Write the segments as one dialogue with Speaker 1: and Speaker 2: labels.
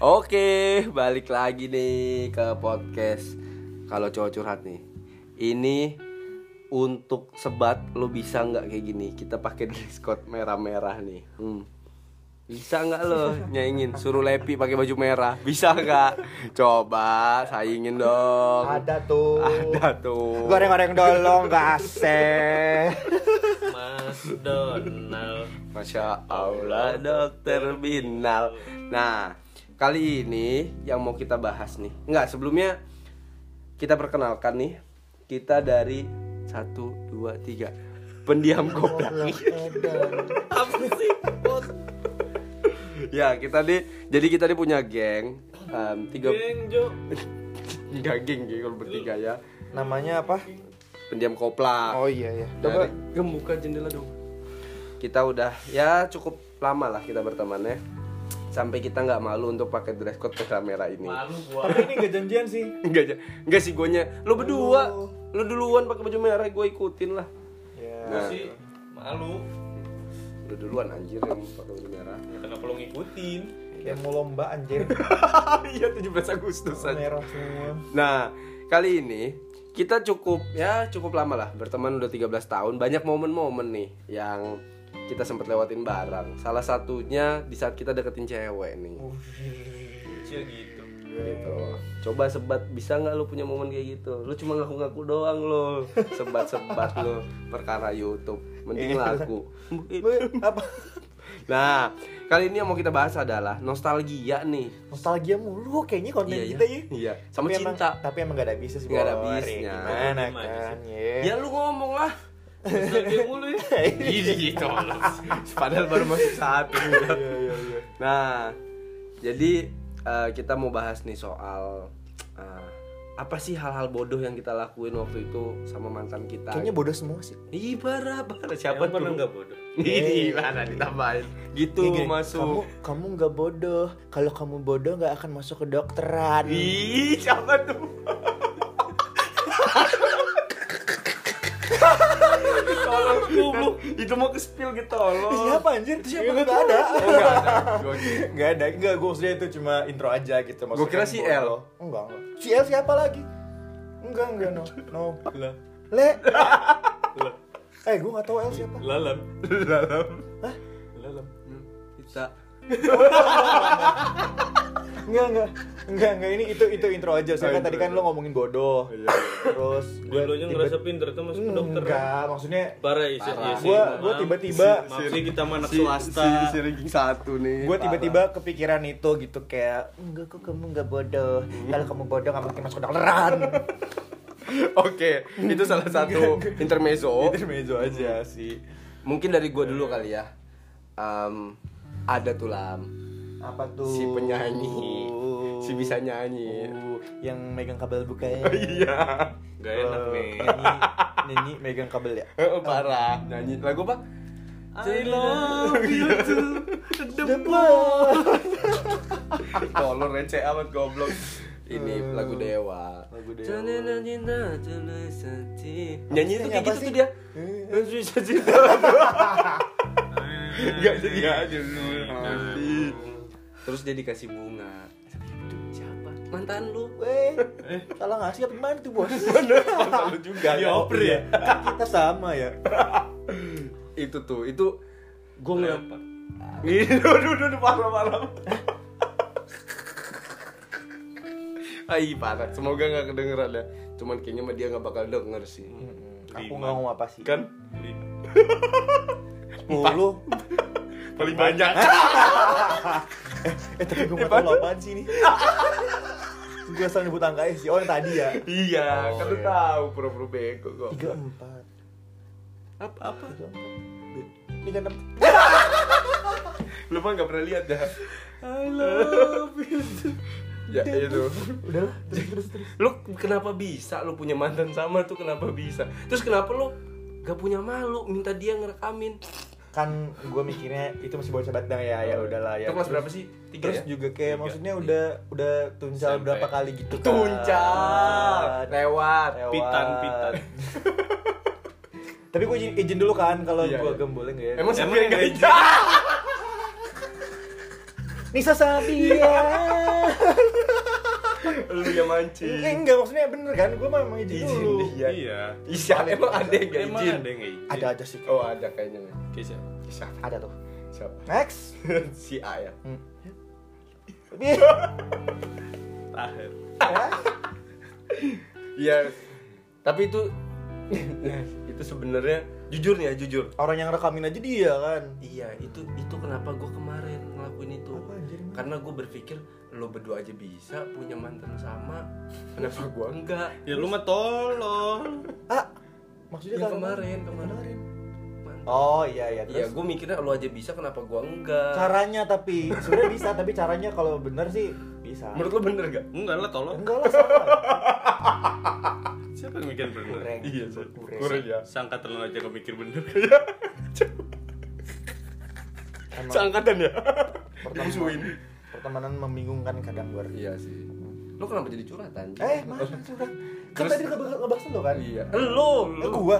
Speaker 1: Oke, balik lagi nih ke podcast kalau cowok curhat nih. Ini untuk sebat lo bisa nggak kayak gini? Kita pakai diskot merah-merah nih. Hmm. Bisa nggak lo nyaingin suruh Lepi pakai baju merah? Bisa nggak? Coba saingin dong.
Speaker 2: Ada tuh.
Speaker 1: Ada tuh.
Speaker 2: Goreng-goreng dolong gak asem.
Speaker 3: Mas Donald
Speaker 1: Masya Allah dokter Binal Nah kali ini yang mau kita bahas nih Enggak sebelumnya kita perkenalkan nih Kita dari 1, 2, 3 Pendiam goblok
Speaker 3: Apa sih? Pot
Speaker 1: Ya kita nih Jadi kita nih punya geng em, tiga,
Speaker 3: geng Jo
Speaker 1: Enggak geng geng kalau bertiga ya
Speaker 2: Namanya apa?
Speaker 1: Pendiam kopla
Speaker 2: Oh iya ya.
Speaker 1: Coba gembuka jendela dong Kita udah ya cukup lama lah kita berteman ya Sampai kita nggak malu untuk pakai dress code merah-merah ini
Speaker 3: Malu
Speaker 2: Ah.
Speaker 3: gua
Speaker 4: Tapi ini gak janjian sih.
Speaker 1: Enggak aja. Enggak sih guanya. Lu berdua. Lu duluan pakai baju merah, gue ikutin lah.
Speaker 2: Ya.
Speaker 1: Nah,
Speaker 3: sih Malu
Speaker 1: lu duluan anjir yang pakai baju merah.
Speaker 3: Ya, Kenapa lo ngikutin?
Speaker 2: Kayak mau lomba anjir.
Speaker 1: Iya 17 Agustus aja.
Speaker 2: Merah semua.
Speaker 1: Nah, kali ini kita cukup ya cukup lama lah berteman udah 13 tahun. Banyak momen-momen nih yang kita sempet lewatin bareng. Salah satunya di saat kita deketin cewek nih.
Speaker 3: Kecil gitu
Speaker 1: Gitu. Coba sebat bisa nggak lu punya momen kayak gitu? Lu cuma ngaku-ngaku doang lo. Sebat-sebat lo perkara YouTube. Mending laku.
Speaker 2: apa?
Speaker 1: Nah, kali ini yang mau kita bahas adalah nostalgia nih.
Speaker 2: Nostalgia mulu kayaknya konten
Speaker 1: Iya,
Speaker 2: kita ya.
Speaker 1: iya. Sama
Speaker 2: Tapi
Speaker 1: cinta.
Speaker 2: Emang, tapi emang gak ada bisnis
Speaker 1: Nggak ada
Speaker 2: Bor. Ya,
Speaker 1: bisnya.
Speaker 4: Iya,
Speaker 2: Gimana
Speaker 3: Gimana
Speaker 2: kan?
Speaker 1: Ya lu ngomong lah.
Speaker 3: Terus dia mulu ya Gini gitu
Speaker 1: Padahal baru masuk satu.
Speaker 2: Iya iya iya.
Speaker 1: nah, jadi eh, kita mau bahas nih soal eh, apa sih hal-hal bodoh yang kita lakuin waktu itu sama mantan kita?
Speaker 2: Kayaknya bodoh semua sih.
Speaker 1: Ih, bara, bara.
Speaker 3: Siapa
Speaker 1: siapa tuh?
Speaker 3: pernah gak bodoh?
Speaker 1: Ini mana ditambahin? Gitu
Speaker 2: Nih, Eh. gini, Kamu
Speaker 1: masuk.
Speaker 2: kamu nggak bodoh. Kalau kamu bodoh nggak akan masuk ke dokteran.
Speaker 1: Ih, siapa tuh? Tolong goblok. Kan Itu mau ke spill gitu tolong.
Speaker 2: Siapa anjir?
Speaker 1: Itu siapa?
Speaker 2: Nggak ada.
Speaker 1: Oh, enggak ada. Gua kira-
Speaker 4: Gak ada, gak gue maksudnya itu cuma intro aja gitu.
Speaker 1: Gua kira si L.
Speaker 2: Enggak enggak. Si El siapa lagi? Enggak enggak no. No.
Speaker 4: Lah,
Speaker 2: Le. eh gue nggak tahu El siapa.
Speaker 4: lalam, lalam, lalam.
Speaker 1: Kita
Speaker 2: Enggak enggak. Enggak enggak ini itu itu intro aja. Soalnya
Speaker 4: Oh,
Speaker 2: kan tadi
Speaker 4: intro. Iya,
Speaker 2: kan lo ngomongin bodoh. Terus gue
Speaker 3: Dulunya ngerasa pinter tuh masuk ke
Speaker 4: ya?
Speaker 3: dokter
Speaker 2: Enggak, maksudnya
Speaker 3: Parah ya sih ya sih,
Speaker 2: Gua-
Speaker 3: maaf.
Speaker 2: gua tiba-tiba-
Speaker 3: Maaf sih kita mah anak
Speaker 1: si,
Speaker 3: swasta
Speaker 1: si, si ranking satu nih.
Speaker 2: gue tiba-tiba kepikiran itu gitu kayak enggak kok kamu enggak bodoh kalau kamu bodoh nggak mungkin masuk ke dokteran
Speaker 1: parah. Oke, itu salah satu intermezzo.
Speaker 4: Itu mejo aja sih.
Speaker 1: Mungkin dari gua dulu kali ya. Em, ada tuh lam
Speaker 2: apa tuh
Speaker 1: si penyanyi. Si bisa nyanyi.
Speaker 2: Uh, yang megang kabel ya. bukannya
Speaker 1: Iya.
Speaker 3: Gak enak nih
Speaker 2: nyanyi megang kabel ya
Speaker 1: Eh, Parah. Nyanyi lagu apa?
Speaker 3: I love you too The
Speaker 1: Tolong receh amat goblok. Ini
Speaker 2: Eh,
Speaker 1: lagu Dewa.
Speaker 2: lagu Dewa.
Speaker 1: Jangan cinta, jangan sedih. Nyanyi itu kayak
Speaker 2: Nyanyi apa
Speaker 1: gitu
Speaker 2: sih?
Speaker 1: tuh dia.
Speaker 2: Eh.
Speaker 1: Nyanyi cinta. Enggak jadi
Speaker 3: Iya.
Speaker 1: aja lu. Nanti. Terus dia dikasih bunga. Siapa? Mantan lu.
Speaker 2: Weh, salah ngasih apa gimana tuh bos? Iya, Kan
Speaker 1: Mantan Eh. lu juga. Iya.
Speaker 4: Dia oper ya.
Speaker 2: Kita sama ya.
Speaker 1: Itu tuh, itu gue ngeliat
Speaker 3: Apa?
Speaker 1: Ih, Duh, duh, duh, parah, parah. Ai, parah. Semoga nggak kedengeran ya. Cuman kayaknya mah dia nggak bakal denger sih.
Speaker 2: Aku nggak ngomong apa sih?
Speaker 1: Kan
Speaker 2: Mulu.
Speaker 4: Paling banyak.
Speaker 2: Eh tapi gue nggak tahu lo apaan sih ini. gue asal nyebut angkanya sih. Oh yang tadi ya.
Speaker 1: Iya, kan lu
Speaker 2: iya.
Speaker 1: tahu pura-pura bego kok.
Speaker 2: Tiga empat.
Speaker 1: Apa apa?
Speaker 2: Tiga empat. Tiga enam.
Speaker 1: Lu mah nggak pernah lihat dah. I love you. ya itu.
Speaker 2: Udah lah. Terus terus terus.
Speaker 1: Lu kenapa bisa lu punya mantan sama tuh kenapa bisa? Terus kenapa lu gak punya malu minta dia ngerekamin?
Speaker 2: Kan gue mikirnya itu masih bocah banget dah ya. Ya udahlah
Speaker 1: Oh, iya.
Speaker 2: ya.
Speaker 1: Itu kelas
Speaker 2: Terus-
Speaker 1: berapa sih? Tiga
Speaker 2: Terus
Speaker 1: ya?
Speaker 2: juga kayak maksudnya udah udah tuncal
Speaker 3: Sampai.
Speaker 2: berapa kali gitu Nah, kan.
Speaker 1: Tuncal lewat.
Speaker 2: Lewat.
Speaker 3: Pitan, pitan.
Speaker 2: Tapi gue izin, izin dulu kan kalau
Speaker 1: Iya,
Speaker 2: gue
Speaker 1: iya.
Speaker 2: gembulin ya.
Speaker 1: gitu? Emang siapa yang
Speaker 3: Emang yang
Speaker 1: gajah?
Speaker 2: Nisa Sabia
Speaker 1: Lu yang
Speaker 4: mancing.
Speaker 1: Iya, gitu.
Speaker 2: Eh, enggak maksudnya bener kan gue memang izin,
Speaker 4: Izin
Speaker 2: dulu
Speaker 4: dia.
Speaker 3: Iya.
Speaker 1: Isya emang ada yang gak
Speaker 3: Emang
Speaker 1: izin.
Speaker 3: ada yang nggak izin?
Speaker 2: ada aja sih
Speaker 1: Oh ada kayaknya.
Speaker 3: Kayak siapa?
Speaker 1: Siapa?
Speaker 2: ada tuh
Speaker 1: Siapa?
Speaker 2: next
Speaker 1: si A ya.
Speaker 2: Hmm.
Speaker 3: Tahir.
Speaker 1: Iya. Tapi itu itu sebenarnya jujur nih ya jujur.
Speaker 2: orang yang rekamin aja dia kan
Speaker 1: Iya itu itu kenapa gue kemarin ngelakuin itu.
Speaker 2: Apa anjir?
Speaker 1: Karena gue berpikir lo berdua aja bisa punya mantan sama. Kenapa gue enggak?
Speaker 3: Ya lu mah tolong.
Speaker 2: ah maksudnya
Speaker 1: Ya,
Speaker 2: kan-
Speaker 1: kemarin, kemarin. Mantan.
Speaker 2: oh iya iya
Speaker 1: Iya
Speaker 2: terus
Speaker 1: gue mikirnya lo aja bisa kenapa gue enggak?
Speaker 2: caranya tapi sebenarnya bisa tapi caranya kalau bener sih bisa
Speaker 1: Menurut lo bener gak?
Speaker 3: Enggak lah tolong.
Speaker 2: enggak lah salah
Speaker 3: Siapa yang mikir bener?
Speaker 2: Kurang.
Speaker 3: Iya, Sat.
Speaker 2: Kurang.
Speaker 3: kurang ya. Sangka telon aja gak mikir bener.
Speaker 2: Emang
Speaker 4: Seangkatan ya?
Speaker 2: pertemanan, pertemanan membingungkan kadang gue
Speaker 1: Iya sih. Lo kenapa jadi curhatan?
Speaker 2: eh mana curang kan
Speaker 1: Terus-
Speaker 2: tadi ngebahas ngebahas lo kan
Speaker 1: Iya. Lo,
Speaker 2: Eh,
Speaker 1: lo.
Speaker 2: gua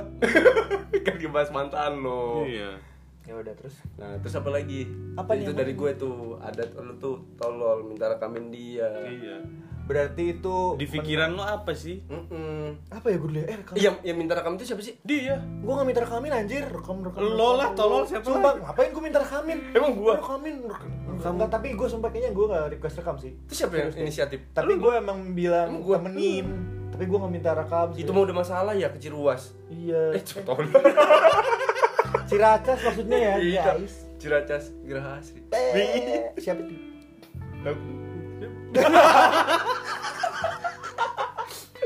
Speaker 1: kan dibahas mantan lo.
Speaker 3: Iya.
Speaker 2: ya udah terus
Speaker 1: Nah, terus apa lagi?
Speaker 2: Apa nih,
Speaker 1: itu
Speaker 2: apa
Speaker 1: dari gue tuh adat lu tuh tolol minta rekamin dia.
Speaker 3: Iya.
Speaker 2: berarti itu
Speaker 3: Di pikiran lo apa sih?
Speaker 1: Mm-mm.
Speaker 2: apa ya gue dulu ya? eh rekam
Speaker 1: Iya, Yang yang minta rekam itu siapa sih?
Speaker 3: Dia.
Speaker 2: gue gak minta rekamin anjir rekam rekam rekam,
Speaker 3: Lo lah,
Speaker 2: rekam,
Speaker 3: tolol,
Speaker 2: lo.
Speaker 3: siapa
Speaker 2: sumpah ngapain gue minta rekamin
Speaker 1: Emang gua?
Speaker 2: rekamin rekam, rekam. Enggak, tapi gue sumpah kayaknya gue gak request rekam sih
Speaker 1: Itu siapa yang inisiatif?
Speaker 2: tapi gue emang bilang
Speaker 1: Emang gua?
Speaker 2: temenin tapi gue gak minta rekam sih.
Speaker 1: Itu mau udah masalah ya kecil ruas.
Speaker 2: iya
Speaker 1: Eh, coba tolol. Iya.
Speaker 2: ciracas maksudnya ya guys
Speaker 1: Ciracas Geraha Asri.
Speaker 2: Eh, siapa itu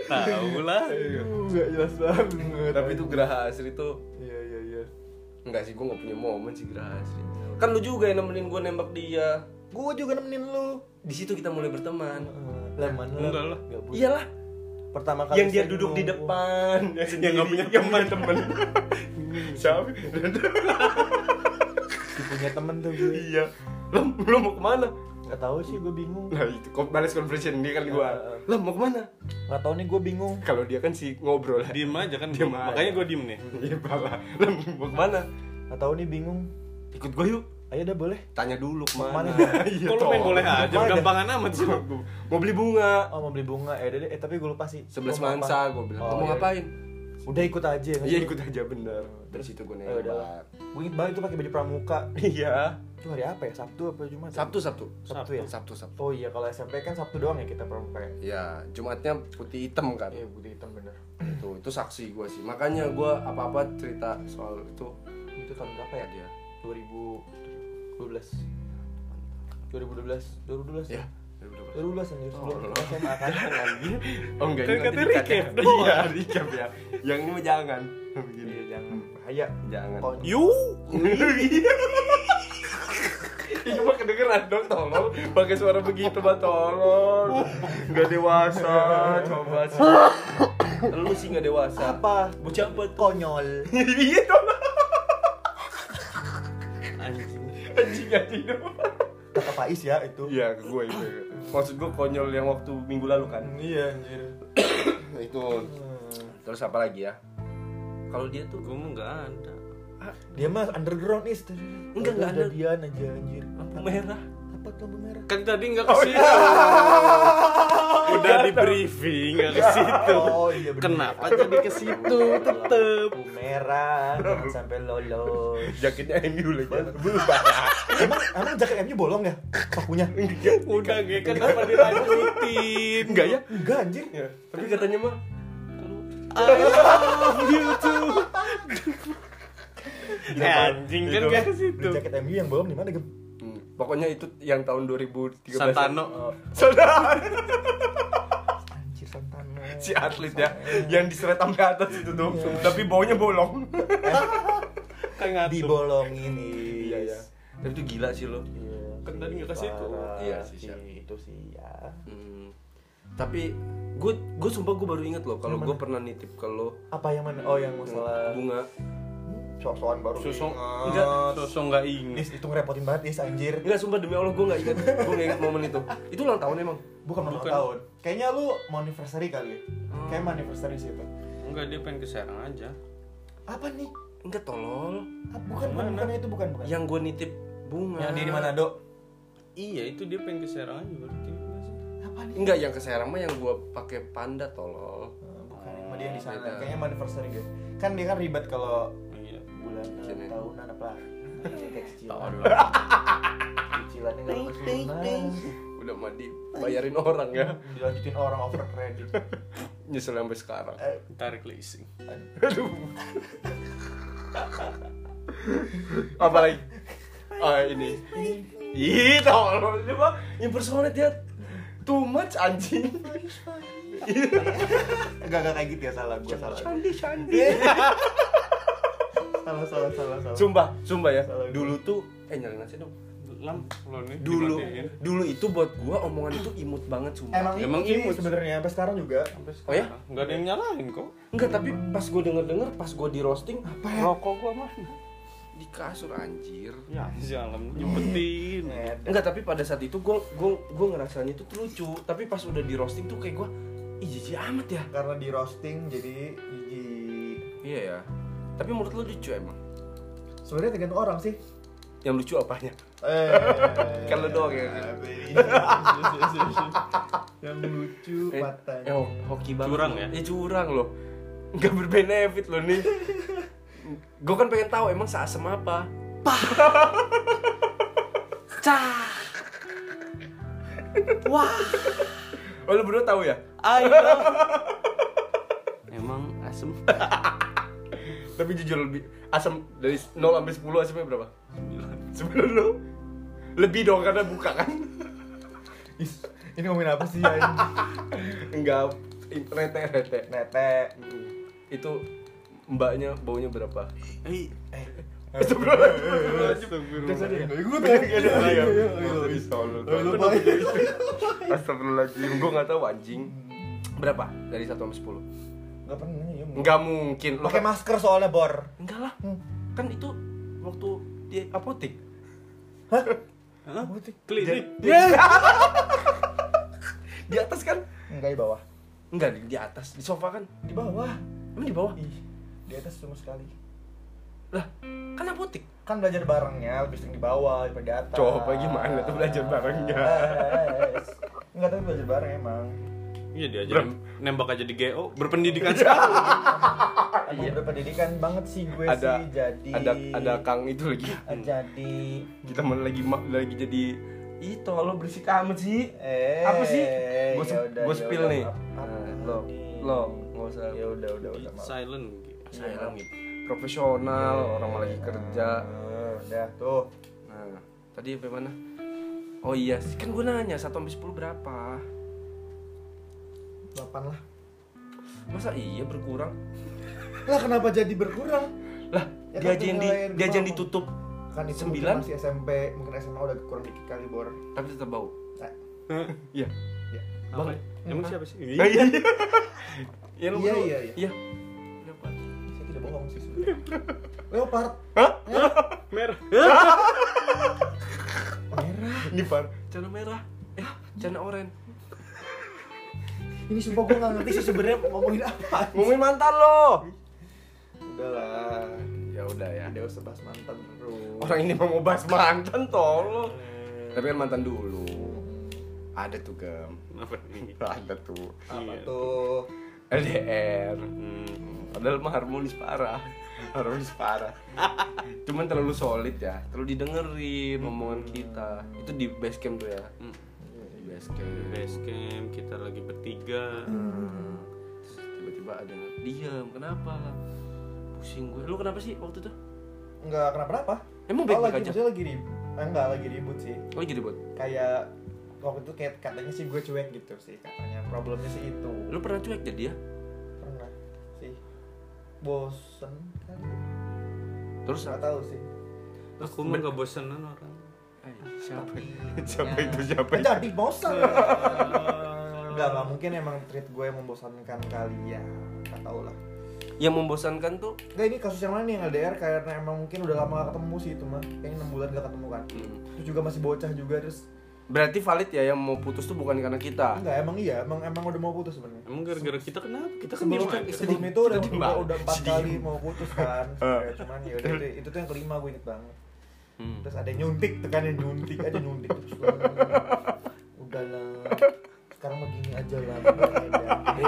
Speaker 3: Tahu lah.
Speaker 1: Iya.
Speaker 2: Gak jelas banget
Speaker 1: Tapi itu Geraha Asri tuh
Speaker 2: iya iya iya
Speaker 1: enggak sih gue gak punya momen sih Geraha Asri. Kan lu juga yang nemenin gue nembak dia.
Speaker 2: gue juga nemenin lu
Speaker 1: Di situ kita mulai berteman.
Speaker 2: leman
Speaker 3: Enggak lah.
Speaker 1: Iyalah,
Speaker 2: pertama kali
Speaker 1: Iya yang dia
Speaker 2: saya
Speaker 1: duduk di
Speaker 2: ngomong.
Speaker 1: depan
Speaker 3: Yang nggak punya
Speaker 1: teman.
Speaker 4: Siapa?
Speaker 2: si punya temen tuh gue
Speaker 1: Iya. Lo, lo mau kemana?
Speaker 2: Gak tau sih gue bingung
Speaker 1: Nah itu kok balas conversation dia kan gua. Lah mau kemana?
Speaker 2: Gak tau nih gue bingung
Speaker 1: Kalau dia kan si ngobrol lah.
Speaker 3: Diem aja kan.
Speaker 1: Diem aja.
Speaker 3: Makanya gue diem nih.
Speaker 1: Iya pala. Lah mau kemana?
Speaker 2: Gak tau nih bingung
Speaker 1: Ikut gua yuk.
Speaker 2: Ayo dah boleh
Speaker 1: Tanya dulu
Speaker 2: Kemana?
Speaker 1: kemana. Iya,
Speaker 3: Kok lu main
Speaker 1: toh.
Speaker 3: boleh aja?
Speaker 2: Kemana?
Speaker 3: Gampangan amat sih. lo.
Speaker 1: Mau beli bunga.
Speaker 2: Oh mau beli bunga, eh, udah deh, eh tapi gue lupa sih
Speaker 1: Sebelas
Speaker 2: Mau apa?
Speaker 1: mansa gua bilang.
Speaker 2: Oh,
Speaker 1: Kamu
Speaker 2: iya.
Speaker 1: ngapain?
Speaker 2: Udah ikut aja
Speaker 1: Iya ikut aja bener. Terus itu gua
Speaker 2: Eh, udah
Speaker 1: nembak.
Speaker 2: Gue inget banget itu pakai baju pramuka
Speaker 1: Iya.
Speaker 2: Itu hari apa ya? Sabtu apa Jumat? ya?
Speaker 1: Sabtu Sabtu.
Speaker 2: Sabtu ya?
Speaker 1: Sabtu Sabtu.
Speaker 2: Oh iya kalau SMP kan Sabtu doang ya kita pramuka ya
Speaker 1: Ya, Jumatnya putih hitam kan.
Speaker 2: Iya putih hitam bener
Speaker 1: Itu itu saksi gua sih. Makanya gua apa-apa cerita soal itu
Speaker 2: Itu tahun berapa ya?
Speaker 1: ya dia.
Speaker 2: 2012 2012 2012
Speaker 1: Ya.
Speaker 2: 2012 anjir sebelum
Speaker 1: Oh,
Speaker 2: SMA kan
Speaker 1: Oh enggak, ini nanti
Speaker 3: Kan
Speaker 1: di-cut ya?
Speaker 3: kata recap doang.
Speaker 1: Iya, recap ya Yang ini mah jangan Begini
Speaker 2: Iya jangan bahaya
Speaker 1: Jangan
Speaker 2: Kon-
Speaker 3: You.
Speaker 1: Iya mah kedengeran dong, tolong Pakai suara begitu mah, tolong Gak dewasa, coba sih Lu sih gak dewasa
Speaker 2: Apa?
Speaker 1: Bocah apa tuh?
Speaker 2: Konyol
Speaker 1: Iya dong,
Speaker 3: Anjing.
Speaker 1: anjing anjing dong
Speaker 2: Kata Faiz ya itu
Speaker 1: Iya, ke gue itu Maksud gue konyol yang waktu minggu lalu kan
Speaker 2: Iya anjir
Speaker 1: Itu Terus apa lagi ya? Kalau dia tuh
Speaker 3: Gue mah nggak ada.
Speaker 2: Dia mah underground is
Speaker 1: Enggak, enggak
Speaker 2: ada
Speaker 1: under-
Speaker 2: Dian aja anjir
Speaker 1: lampu merah
Speaker 2: Apa tuh lampu merah?
Speaker 3: Kan tadi
Speaker 1: Oh,
Speaker 3: nggak ke
Speaker 1: iya.
Speaker 3: situ. Udah di briefing nggak ke situ.
Speaker 2: Oh iya bener
Speaker 3: Kenapa jadi ke situ tetep?
Speaker 2: Lampu merah Jangan sampai lolos
Speaker 1: Jaketnya MU lagi
Speaker 2: Emang, emang jaket MU bolong ya? Pakunya?
Speaker 3: Udah gue kenapa dilanjutin?
Speaker 1: Enggak ya?
Speaker 2: Enggak anjir
Speaker 1: Tapi katanya mah Iya.
Speaker 3: Eh, anjing kan gak ke situ.
Speaker 2: Beli jaket MU yang bolong di mana Gem?
Speaker 1: Hmm, Pokoknya itu yang tahun 2013 ya.
Speaker 3: Santano.
Speaker 1: Oh.
Speaker 2: Anjir Santana
Speaker 1: Si atlet ya Yang diseretam ke atas itu tuh Tapi baunya bolong
Speaker 3: Kan ngatur.
Speaker 2: Dibolongin
Speaker 1: Iya
Speaker 2: is
Speaker 1: ya Tapi itu gila sih lo
Speaker 2: Iya,
Speaker 3: Kan
Speaker 2: sih,
Speaker 3: tadi nggak ke situ.
Speaker 2: parah
Speaker 1: Iya sih,
Speaker 2: sih
Speaker 1: Syah.
Speaker 2: Itu sih ya
Speaker 1: Hmm, Tapi gue gue sumpah gue baru inget loh kalau gue pernah nitip ke lo
Speaker 2: Apa yang mana? Oh yang masalah
Speaker 1: bunga
Speaker 2: Sosokan baru
Speaker 3: Sosok
Speaker 1: Enggak.
Speaker 3: enggak, sosok enggak inget.
Speaker 2: Is itu ngerepotin banget is anjir
Speaker 1: Enggak sumpah demi Allah gue gak inget Gue gak inget momen itu Itu ulang tahun emang
Speaker 2: Bukan ulang tahun Kayaknya lu mau anniversary kali ya? Kayaknya mau anniversary sih itu
Speaker 3: Enggak dia pengen ke Serang aja.
Speaker 2: Apa nih?
Speaker 1: Enggak tolol
Speaker 2: Ah, bukan, bukan, bukan itu bukan, bukan
Speaker 1: Yang gue nitip bunga
Speaker 2: Yang di Manado
Speaker 3: Iya itu dia pengen ke Serang aja berarti nggak sih?
Speaker 2: Apaan nih?
Speaker 1: Enggak yang ke Serang mah yang gua pakai panda tolol.
Speaker 2: Eh, Bukan, emang dia yang di sana.
Speaker 1: Beda.
Speaker 2: Kayaknya emang anniversary dia. Kan dia kan ribet kalau
Speaker 3: Iya.
Speaker 2: bulan eh,
Speaker 1: Sini.
Speaker 2: tahunan apa? Kayak
Speaker 3: Tahu
Speaker 2: Cicilan.
Speaker 3: dulu.
Speaker 2: Cicilannya nggak kecilan.
Speaker 1: Udah mah dibayarin orang ya.
Speaker 2: Dilanjutin orang over credit.
Speaker 1: Nyesel sampai sekarang.
Speaker 2: Eh,
Speaker 3: Tarik leasing.
Speaker 1: Apalagi ah ini. Ih, tolol lu mah impersonate ya. Too much anjing.
Speaker 2: Enggak enggak kayak gitu ya salah gua salah.
Speaker 1: Sandi Sandi.
Speaker 2: Salah salah salah salah.
Speaker 1: Sumpah, sumpah ya.
Speaker 2: Salah gua.
Speaker 1: Dulu tuh eh nyalain nasi dong.
Speaker 3: Lam lo nih.
Speaker 1: Dulu
Speaker 3: dimatiin.
Speaker 1: dulu itu buat gua omongan itu imut banget sumpah.
Speaker 2: Emang, emang ini
Speaker 1: imut.
Speaker 2: sebenarnya sampai sekarang juga.
Speaker 3: Sampai
Speaker 1: Oh ya?
Speaker 3: sekarang. Nggak ada yang nyalain kok.
Speaker 1: Enggak, tapi pas gue denger-denger, pas gue di roasting, apa ya?
Speaker 3: Rokok gua mana?
Speaker 1: Di kasur anjir.
Speaker 3: Ya jalan nyempetin.
Speaker 2: Ngedan.
Speaker 1: Enggak, tapi pada saat itu gue gue gue ngerasanya itu tuh lucu, tapi pas udah di roasting tuh kayak gue Ih jijik amat ya
Speaker 2: Karena di roasting jadi jijik.
Speaker 1: Iya ya Tapi menurut lu lucu emang?
Speaker 2: Sebenarnya tergantung orang sih.
Speaker 1: Yang lucu apanya?
Speaker 2: Eh,
Speaker 1: Kan lu doang ya.
Speaker 2: Yang lucu
Speaker 1: Eh, eh,
Speaker 2: matanya.
Speaker 1: ho- hoki banget
Speaker 3: Curang ya?
Speaker 1: Ya curang loh Enggak berbenefit loh nih Gue kan pengen tahu emang seasem apa
Speaker 3: Cah. Wah.
Speaker 1: Oh lu berdua tahu ya?
Speaker 3: Ayo. Emang asem.
Speaker 1: Tapi jujur lebih asem dari 0 sampai 10 asemnya berapa? 9 Sebelum lu? Lebih dong karena buka kan?
Speaker 2: Ih, Ini ngomongin apa sih ya?
Speaker 1: Enggak rete rete.
Speaker 2: Nete.
Speaker 1: Itu mbaknya baunya berapa?
Speaker 2: Gue
Speaker 3: Eh,
Speaker 1: ya.
Speaker 2: tanya.
Speaker 1: gitu. Astagfirullahaladzim, gue gak tahu anjing Berapa? Dari 1 sampai 10
Speaker 2: Gak pernah ya.
Speaker 1: Enggak mungkin lo
Speaker 2: Pakai masker soalnya bor.
Speaker 1: Enggak lah, kan itu waktu di apotek
Speaker 3: hah?
Speaker 1: Iya.
Speaker 3: Klinik.
Speaker 1: Di atas kan?
Speaker 2: Enggak di bawah.
Speaker 1: Enggak, di, di atas, di sofa kan
Speaker 2: Di bawah.
Speaker 1: Emang di bawah?
Speaker 2: Ih, di atas cuma sekali.
Speaker 1: Lah, kan apotek
Speaker 2: Kan belajar barengnya lebih sering di bawah daripada di atas. Eh,
Speaker 1: Coba gimana tuh belajar barengnya?
Speaker 2: Yes. eh. Enggak tapi belajar bareng emang.
Speaker 3: Iya dia aja nembak aja di GO berpendidikan sekali.
Speaker 2: Emang berpendidikan banget sih gue
Speaker 1: Iya. Ada,
Speaker 2: sih jadi
Speaker 1: ada, ada Kang itu lagi
Speaker 2: jadi
Speaker 1: Kita mana lagi, ma- lagi jadi Ih, lo berisik amat sih
Speaker 2: eh
Speaker 1: Apa sih? Gue
Speaker 2: ya udah, ya
Speaker 1: spill
Speaker 2: udah,
Speaker 1: nih
Speaker 2: maaf.
Speaker 1: Nah, Lo, lo, gak usah
Speaker 2: ya udah udah udah maaf.
Speaker 3: Silent.
Speaker 1: saya lagi profesional orang malah lagi kerja
Speaker 2: Eh, udah tuh
Speaker 1: nah tadi apa mana oh iya sih, kan gue nanya satu sampai sepuluh berapa
Speaker 2: 8 lah
Speaker 1: masa iya berkurang
Speaker 2: lah kenapa jadi berkurang
Speaker 1: lah dia
Speaker 2: Ya kan
Speaker 1: aja yang di-
Speaker 2: penilaian
Speaker 1: dia aja yang
Speaker 2: doang.
Speaker 1: ditutup
Speaker 2: kan itu
Speaker 1: Sembilan?
Speaker 2: mungkin masih SMP mungkin SMA udah kurang dikit kali bor
Speaker 1: tapi tetap bau
Speaker 2: Nah,
Speaker 1: iya
Speaker 2: ya.
Speaker 1: Bang.
Speaker 3: Apa? Emang siapa sih?
Speaker 1: Iya, iya iya
Speaker 2: Iya,
Speaker 1: berdua.
Speaker 2: iya, iya.
Speaker 1: iya
Speaker 2: saya tidak bohong sih sebenarnya leopard
Speaker 3: Merah.
Speaker 2: merah
Speaker 1: ini par cana merah eh cana oren
Speaker 2: ini sumpah gue nggak ngerti sih sebenarnya ngomongin apa
Speaker 1: ngomongin mantan lo
Speaker 2: udahlah
Speaker 1: ya udah ya
Speaker 2: ada usah bahas mantan terus
Speaker 1: orang ini mau bahas mantan tolong tapi kan mantan dulu ada tuh gem
Speaker 3: Apa nih?
Speaker 1: ada tuh
Speaker 2: apa
Speaker 3: Iya.
Speaker 2: tuh
Speaker 1: LDR
Speaker 3: Hmm.
Speaker 1: padahal mah harmonis parah harmonis parah cuman terlalu solid ya terlalu didengerin omongan kita itu di base camp tuh ya
Speaker 3: Hmm.
Speaker 1: di base camp
Speaker 3: Base camp kita lagi bertiga.
Speaker 1: Hmm. Terus tiba-tiba ada yang diam kenapa pusing gue lu kenapa sih waktu itu
Speaker 2: nggak kenapa-napa
Speaker 1: Emang
Speaker 2: Oh,
Speaker 1: baik-baik
Speaker 2: lagi
Speaker 1: aja?
Speaker 2: maksudnya lagi ribut eh, enggak lagi ribut sih
Speaker 1: oh jadi buat
Speaker 2: kayak waktu itu kayak katanya sih gue cuek gitu sih katanya problemnya sih itu
Speaker 1: lu pernah cuek jadi ya
Speaker 2: pernah sih bosen kan
Speaker 1: terus
Speaker 2: nggak tahu sih
Speaker 3: Aku mah gak bosenan orang.
Speaker 1: eh, siapa
Speaker 2: siapa
Speaker 1: Ya.
Speaker 2: itu siapa jadi bosen nggak nggak mungkin emang treat gue yang membosankan kali ya nggak tahu lah
Speaker 1: yang membosankan tuh
Speaker 2: Nggak ini kasus yang mana nih yang LDR karena emang mungkin udah lama gak ketemu sih itu mah Kayaknya 6 bulan gak ketemu kan
Speaker 1: hmm,
Speaker 2: Terus juga masih bocah juga terus
Speaker 1: berarti valid ya yang mau putus tuh bukan karena kita
Speaker 2: Enggak emang iya emang emang udah mau putus sebenarnya
Speaker 3: Emang gara-gara kita kenapa? Kita kan
Speaker 2: sebelum,
Speaker 3: diem aja.
Speaker 2: sebelum itu udah
Speaker 1: Sedih
Speaker 2: udah,
Speaker 1: banget.
Speaker 2: udah empat
Speaker 1: Sedih.
Speaker 2: kali mau putus kan Ya, cuman ya udah, itu, itu tuh yang kelima gue inget banget
Speaker 1: Hmm.
Speaker 2: terus ada yang nyuntik tekan yang nyuntik aja nyuntik terus udahlah sekarang mah gini aja lah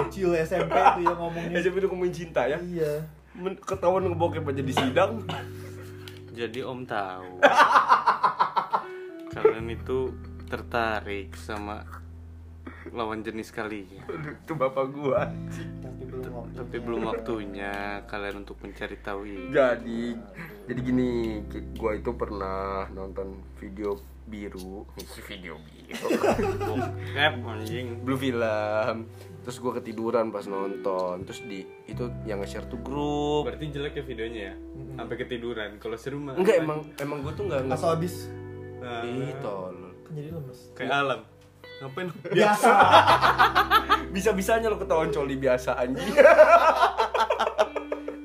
Speaker 2: kecil SMP tuh yang
Speaker 1: Iya.
Speaker 2: ngomongnya
Speaker 4: Ya tapi udah ngomongin cinta ya.
Speaker 2: iya
Speaker 4: Men- Ketahuan ngebokep aja di sidang.
Speaker 3: Jadi om tahu. Kalian itu tertarik sama lawan jenis kalian.
Speaker 4: Aduh, Itu bapak gua.
Speaker 2: tapi belum waktu
Speaker 3: Tapi belum waktunya kalian untuk mencari tahu ini.
Speaker 1: jadi jadi gini ki- gua itu pernah nonton video biru video biru
Speaker 3: Bokep anjing.
Speaker 1: blue film terus gua ketiduran pas nonton terus di itu yang nge-share tuh grup
Speaker 3: Berarti jelek ya videonya ya? Sampai ketiduran. Kalau seru mah Nah,
Speaker 1: enggak emang emang gua tuh enggak nggak
Speaker 2: asal habis
Speaker 1: Ih, tolol.
Speaker 2: kan jadi lemes
Speaker 3: kayak alam. Ngapain?
Speaker 2: biasa
Speaker 1: bisa-bisanya lo ketahuan coli biasa anjing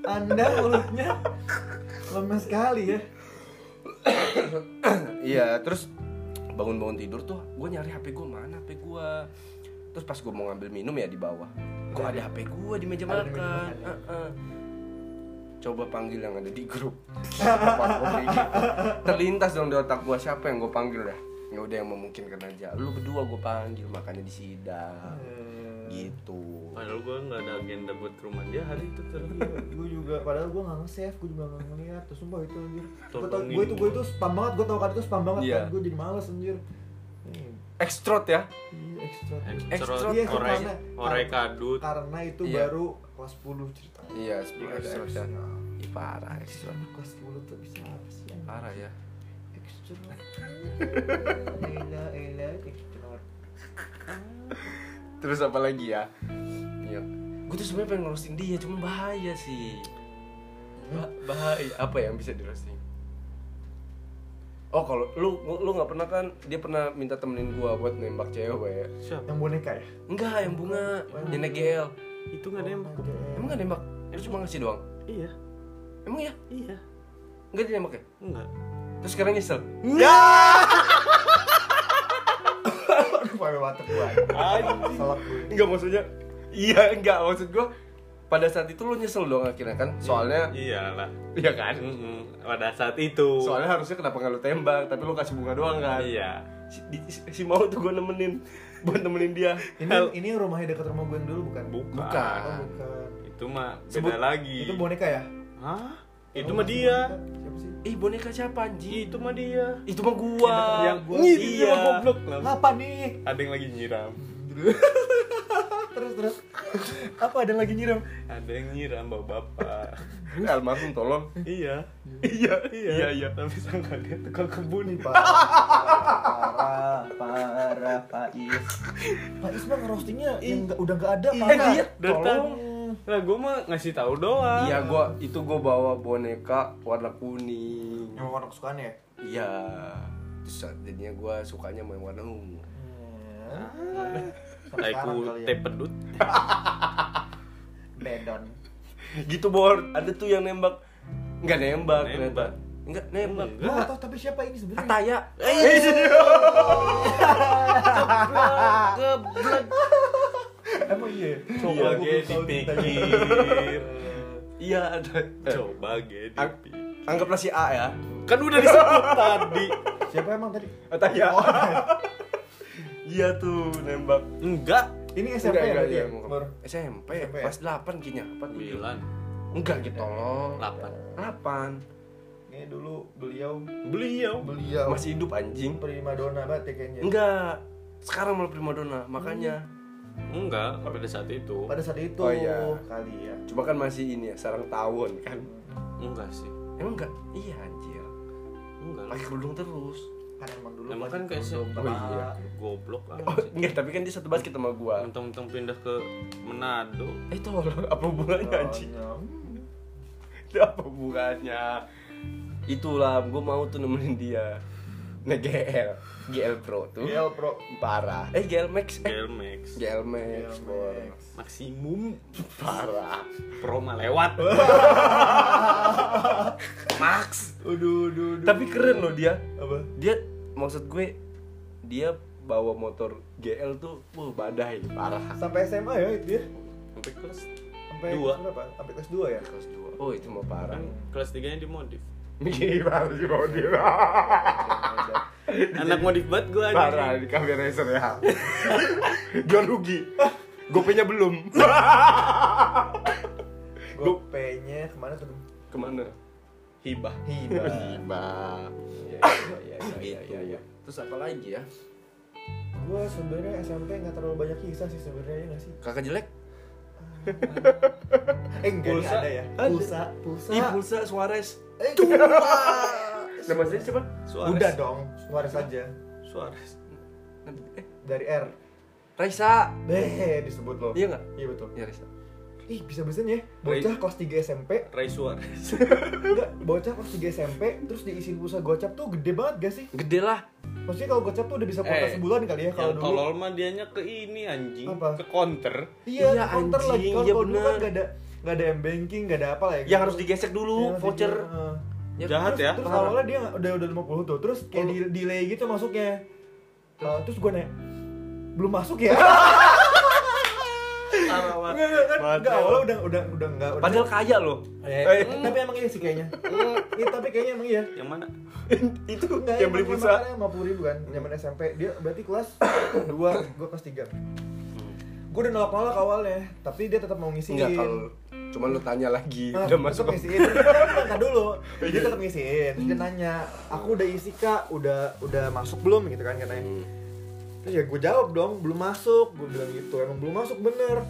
Speaker 2: anda mulutnya lemes sekali ya
Speaker 1: Iya, terus bangun-bangun tidur tuh gue nyari HP gue mana HP gue terus pas gue mau ngambil minum ya di bawah kok ada HP gue di meja makan
Speaker 2: Ada di meja makan, ya.
Speaker 1: Heeh. coba panggil yang ada di grup Apa gua kayak gitu. terlintas dong di otak gue siapa yang gue panggil dah ya udah yang memungkinkan aja lu berdua gue panggil makanya di sidang gitu
Speaker 3: Padahal gua nggak ada agenda buat ke rumah dia hari itu terus.
Speaker 2: gue juga padahal gue nggak nge-save gue juga nggak ngeliat terus sumpah itu anjir gue tau
Speaker 3: Tolongin.
Speaker 2: gue itu gue itu spam banget gue tau kali itu spam banget
Speaker 1: Iya.
Speaker 2: kan gue jadi males anjir Ini
Speaker 1: ekstrot ya
Speaker 2: iya, extra
Speaker 3: Ekstro,
Speaker 2: Iya,
Speaker 3: orek,
Speaker 2: karena-
Speaker 3: orek kadut.
Speaker 2: karena itu
Speaker 1: Iya.
Speaker 2: baru kelas 10 cerita
Speaker 1: iya sebelum ekstrot ya Ih, parah ekstrot
Speaker 2: Anak kelas 10 tuh bisa apa sih yang
Speaker 1: parah ya
Speaker 2: extra Ela ela extra
Speaker 1: Terus apa lagi ya? Iya. Gue tuh sebenarnya pengen ngerosting dia, cuma bahaya sih. Ba- bahaya apa yang bisa di roasting? Oh kalau lu lu nggak pernah kan dia pernah minta temenin gua buat nembak cewek.
Speaker 2: yang boneka ya
Speaker 1: Enggak yang bunga, yang GL.
Speaker 3: Itu nggak nembak.
Speaker 2: ya.
Speaker 1: Emang nggak nembak? Lu cuma ngasih doang.
Speaker 3: Iya,
Speaker 1: Emang ya?
Speaker 3: iya,
Speaker 1: Enggak dia nembak ya?
Speaker 3: enggak.
Speaker 1: Terus sekarang nyesel.
Speaker 2: aduh pakai water gue
Speaker 4: Anjing.
Speaker 2: selak gue
Speaker 4: Enggak maksudnya.
Speaker 1: Iya enggak maksud gua. Pada saat itu lu nyesel dong akhirnya kan? Soalnya
Speaker 3: Iyalah.
Speaker 1: iya kan?
Speaker 3: Mm-mm. Pada saat itu.
Speaker 1: Soalnya harusnya kenapa nggak lu tembak, tapi lu kasih bunga doang kan?
Speaker 3: Iya.
Speaker 1: si, di- si- si mau tuh gue nemenin buat nemenin dia
Speaker 2: ini ini rumahnya dekat rumah gue yang dulu bukan
Speaker 3: Bukan.
Speaker 2: oh
Speaker 1: bukan
Speaker 2: bukan
Speaker 3: Itu mah beda
Speaker 1: Sebut-
Speaker 3: lagi.
Speaker 2: itu boneka ya
Speaker 3: Hah? Itu
Speaker 2: Oh,
Speaker 3: mah
Speaker 2: masih
Speaker 3: dia.
Speaker 2: boneka. siapa sih
Speaker 1: ih boneka siapa anjing
Speaker 3: Itu mah dia.
Speaker 1: itu mah gua
Speaker 3: Yang
Speaker 1: gua
Speaker 3: Ih, itu
Speaker 1: iya
Speaker 3: mah goblok lah.
Speaker 2: apa nih Ah,
Speaker 3: Ada yang lagi nyiram.
Speaker 2: terus terus apa ada yang lagi nyiram
Speaker 3: Ada yang nyiram bapak-bapak.
Speaker 1: Ini almarhum tolong
Speaker 3: iya. Iya, iya. Iya, iya. Tapi sangka dia tukang kebun.
Speaker 2: parah parah Faiz Faiz mah roastingnya yang nggak- udah nggak ada
Speaker 1: Iya,
Speaker 2: Pak.
Speaker 1: iya,
Speaker 3: dari
Speaker 2: tolong
Speaker 3: Lah gua mah ngasih tahu doang.
Speaker 1: iya gua itu gua bawa boneka warna kuning
Speaker 2: yang warna kesukaan ya
Speaker 1: iya terus jadinya gua sukanya main warna ungu
Speaker 3: Hmm.
Speaker 2: Sampai sekarang
Speaker 3: Aku
Speaker 2: kali ya.
Speaker 3: tepedut.
Speaker 2: bedon
Speaker 1: gitu bor ada tuh yang nembak nggak nembak
Speaker 3: Nembak.
Speaker 1: ternyata nggak nembak
Speaker 2: gue nggak tahu tapi siapa ini sebenarnya
Speaker 1: Ataya
Speaker 2: emang iya
Speaker 3: Coba
Speaker 2: Iya,
Speaker 3: ge
Speaker 2: gua tahu ceritanya.
Speaker 3: dipikir.
Speaker 1: iya ada
Speaker 3: Coba ge
Speaker 1: Ang-
Speaker 3: dipikir.
Speaker 1: anggaplah si A ya
Speaker 3: Eh, Kan udah disebut tadi.
Speaker 2: siapa emang tadi Oh,
Speaker 1: Ataya iya tuh nembak
Speaker 3: Enggak.
Speaker 2: ini SMP ya berarti ya Bor?
Speaker 1: SMP,
Speaker 2: SMP ya?
Speaker 1: kelas 8 kayaknya apa tujuh?
Speaker 3: 9,
Speaker 1: enggak gitu loh
Speaker 3: 8.
Speaker 1: 8
Speaker 2: ini dulu beliau
Speaker 3: Beliau
Speaker 2: beliau
Speaker 1: masih hidup anjing
Speaker 2: prima donna banget ya kayaknya
Speaker 1: enggak sekarang malah primadona makanya
Speaker 3: enggak pada saat itu.
Speaker 2: pada saat itu
Speaker 1: Oh, iya.
Speaker 2: kali ya
Speaker 1: cuma kan masih ini ya sarang tawon kan
Speaker 3: Enggak sih.
Speaker 1: emang enggak iya anjir
Speaker 3: Enggak lah.
Speaker 1: pakai kerudung terus
Speaker 2: kan emang dulu
Speaker 3: Emang
Speaker 2: masih
Speaker 3: kan kayak se-
Speaker 2: kondom,
Speaker 1: Oh,
Speaker 2: Pak.
Speaker 1: iya.
Speaker 3: goblok lah.
Speaker 1: oh enggak tapi kan dia satu basket sama gua
Speaker 3: Untung-untung pindah ke Manado.
Speaker 1: eh tolong apa hubungannya anjing
Speaker 2: Oh,
Speaker 1: Itu apa hubungannya itulah gua mau tuh nemenin dia nah GL GL Pro
Speaker 2: no.
Speaker 1: tuh
Speaker 2: GL Pro
Speaker 1: parah eh GL Max eh
Speaker 3: Gelmex.
Speaker 1: GL
Speaker 2: GL
Speaker 1: Max Bor.
Speaker 2: Iya, Max.
Speaker 3: Maksimum
Speaker 1: parah
Speaker 3: Pro mah lewat.
Speaker 1: Max
Speaker 2: Aduh, aduh, aduh.
Speaker 1: tapi keren loh dia
Speaker 2: Apa?
Speaker 1: dia maksud gue dia bawa motor GL tuh wah badai parah
Speaker 2: Sampai SMA ya itu ya?
Speaker 3: Sampai kelas
Speaker 2: Sampai
Speaker 3: Dua.
Speaker 2: kelas berapa? Sampai kelas 2 ya?
Speaker 5: kan
Speaker 1: kelas 2 oh itu mah parah
Speaker 3: kelas 3 nya dimodif.
Speaker 4: Iya, baru sih bawa dia.
Speaker 1: Anak modif banget gue
Speaker 4: Parah di cafe racer ya. Jual rugi. Gopenya belum.
Speaker 2: Gopenya kemana tuh?
Speaker 4: Kemana? Hibah.
Speaker 2: Hiba.
Speaker 1: Hibah.
Speaker 2: Iya, iya, iya,
Speaker 1: Gitu.
Speaker 2: iya, iya.
Speaker 1: Terus apa lagi ya?
Speaker 2: Gue sebenarnya SMP nggak terlalu banyak kisah sih sebenarnya ya nggak sih?
Speaker 1: Kakak jelek?
Speaker 2: Eh enggak
Speaker 3: Pulsa.
Speaker 2: ada ya?
Speaker 3: Ada.
Speaker 2: Pulsa, pulsa.
Speaker 3: Ih, Pulsa Suarez.
Speaker 2: Eh,
Speaker 4: Nama saya siapa?
Speaker 3: Suarez.
Speaker 2: Udah dong, Suarez aja
Speaker 3: Suarez. Nanti eh
Speaker 2: dari R.
Speaker 1: Raisa.
Speaker 2: Beh, disebut lo.
Speaker 1: Iya nggak?
Speaker 2: Iya betul.
Speaker 1: Iya Raisa.
Speaker 2: Ih, bisa-bisanya ya. Bocah kelas 3 SMP,
Speaker 3: Ray Suarez.
Speaker 2: enggak, bocah kelas 3 SMP terus diisi pulsa Gocap tuh gede banget gak sih?
Speaker 1: Gede lah.
Speaker 2: Maksudnya kalau Gocap tuh udah bisa kuota
Speaker 5: Eh,
Speaker 2: sebulan kali ya
Speaker 5: Yang
Speaker 2: kalau dulu.
Speaker 5: tolol mah dianya ke ini anjing,
Speaker 2: Apa?
Speaker 5: ke counter.
Speaker 2: Iya,
Speaker 1: Iya,
Speaker 2: counter lagi
Speaker 1: anjing,
Speaker 2: kalau
Speaker 1: iya
Speaker 2: kalau dulu kan
Speaker 1: bener.
Speaker 2: gak ada gak ada m banking, gak ada apa lah ya.
Speaker 1: Yang harus digesek dulu voucher. Ya,
Speaker 5: Jahat ya.
Speaker 2: Iya, Terus awalnya dia nggak- udah udah 50 tuh, terus kayak di delay gitu masuknya. Eh, terus gue nanya, belum masuk ya? Nggak, nggak, kan, nggak, awalnya udah udah udah nggak. udah-
Speaker 1: Padahal kaya loh.
Speaker 2: Eh, tapi emang iya sih kayaknya. Iya, tapi kayaknya emang iya.
Speaker 5: Yang mana?
Speaker 2: Itu enggak
Speaker 4: yang beli pulsa.
Speaker 2: Lima puluh ribu kan, zaman SMP. Dia berarti kelas dua, gue kelas tiga.
Speaker 4: Hmm.
Speaker 2: Gue udah nolak-nolak awalnya, tapi dia tetap mau ngisiin.
Speaker 1: Enggak kalau cuman lu tanya lagi.
Speaker 2: Ah,
Speaker 4: Udah
Speaker 2: tetep
Speaker 4: masuk. Iya.
Speaker 2: ngisiin. Enggak dulu. Dia tetap ngisiin. Terus Dia nanya, "Aku udah isi, Kak. Udah udah masuk belum?" gitu kan katanya.
Speaker 4: Hmm.
Speaker 2: Terus ya gue jawab dong, belum masuk. Gue bilang gitu, emang belum masuk bener.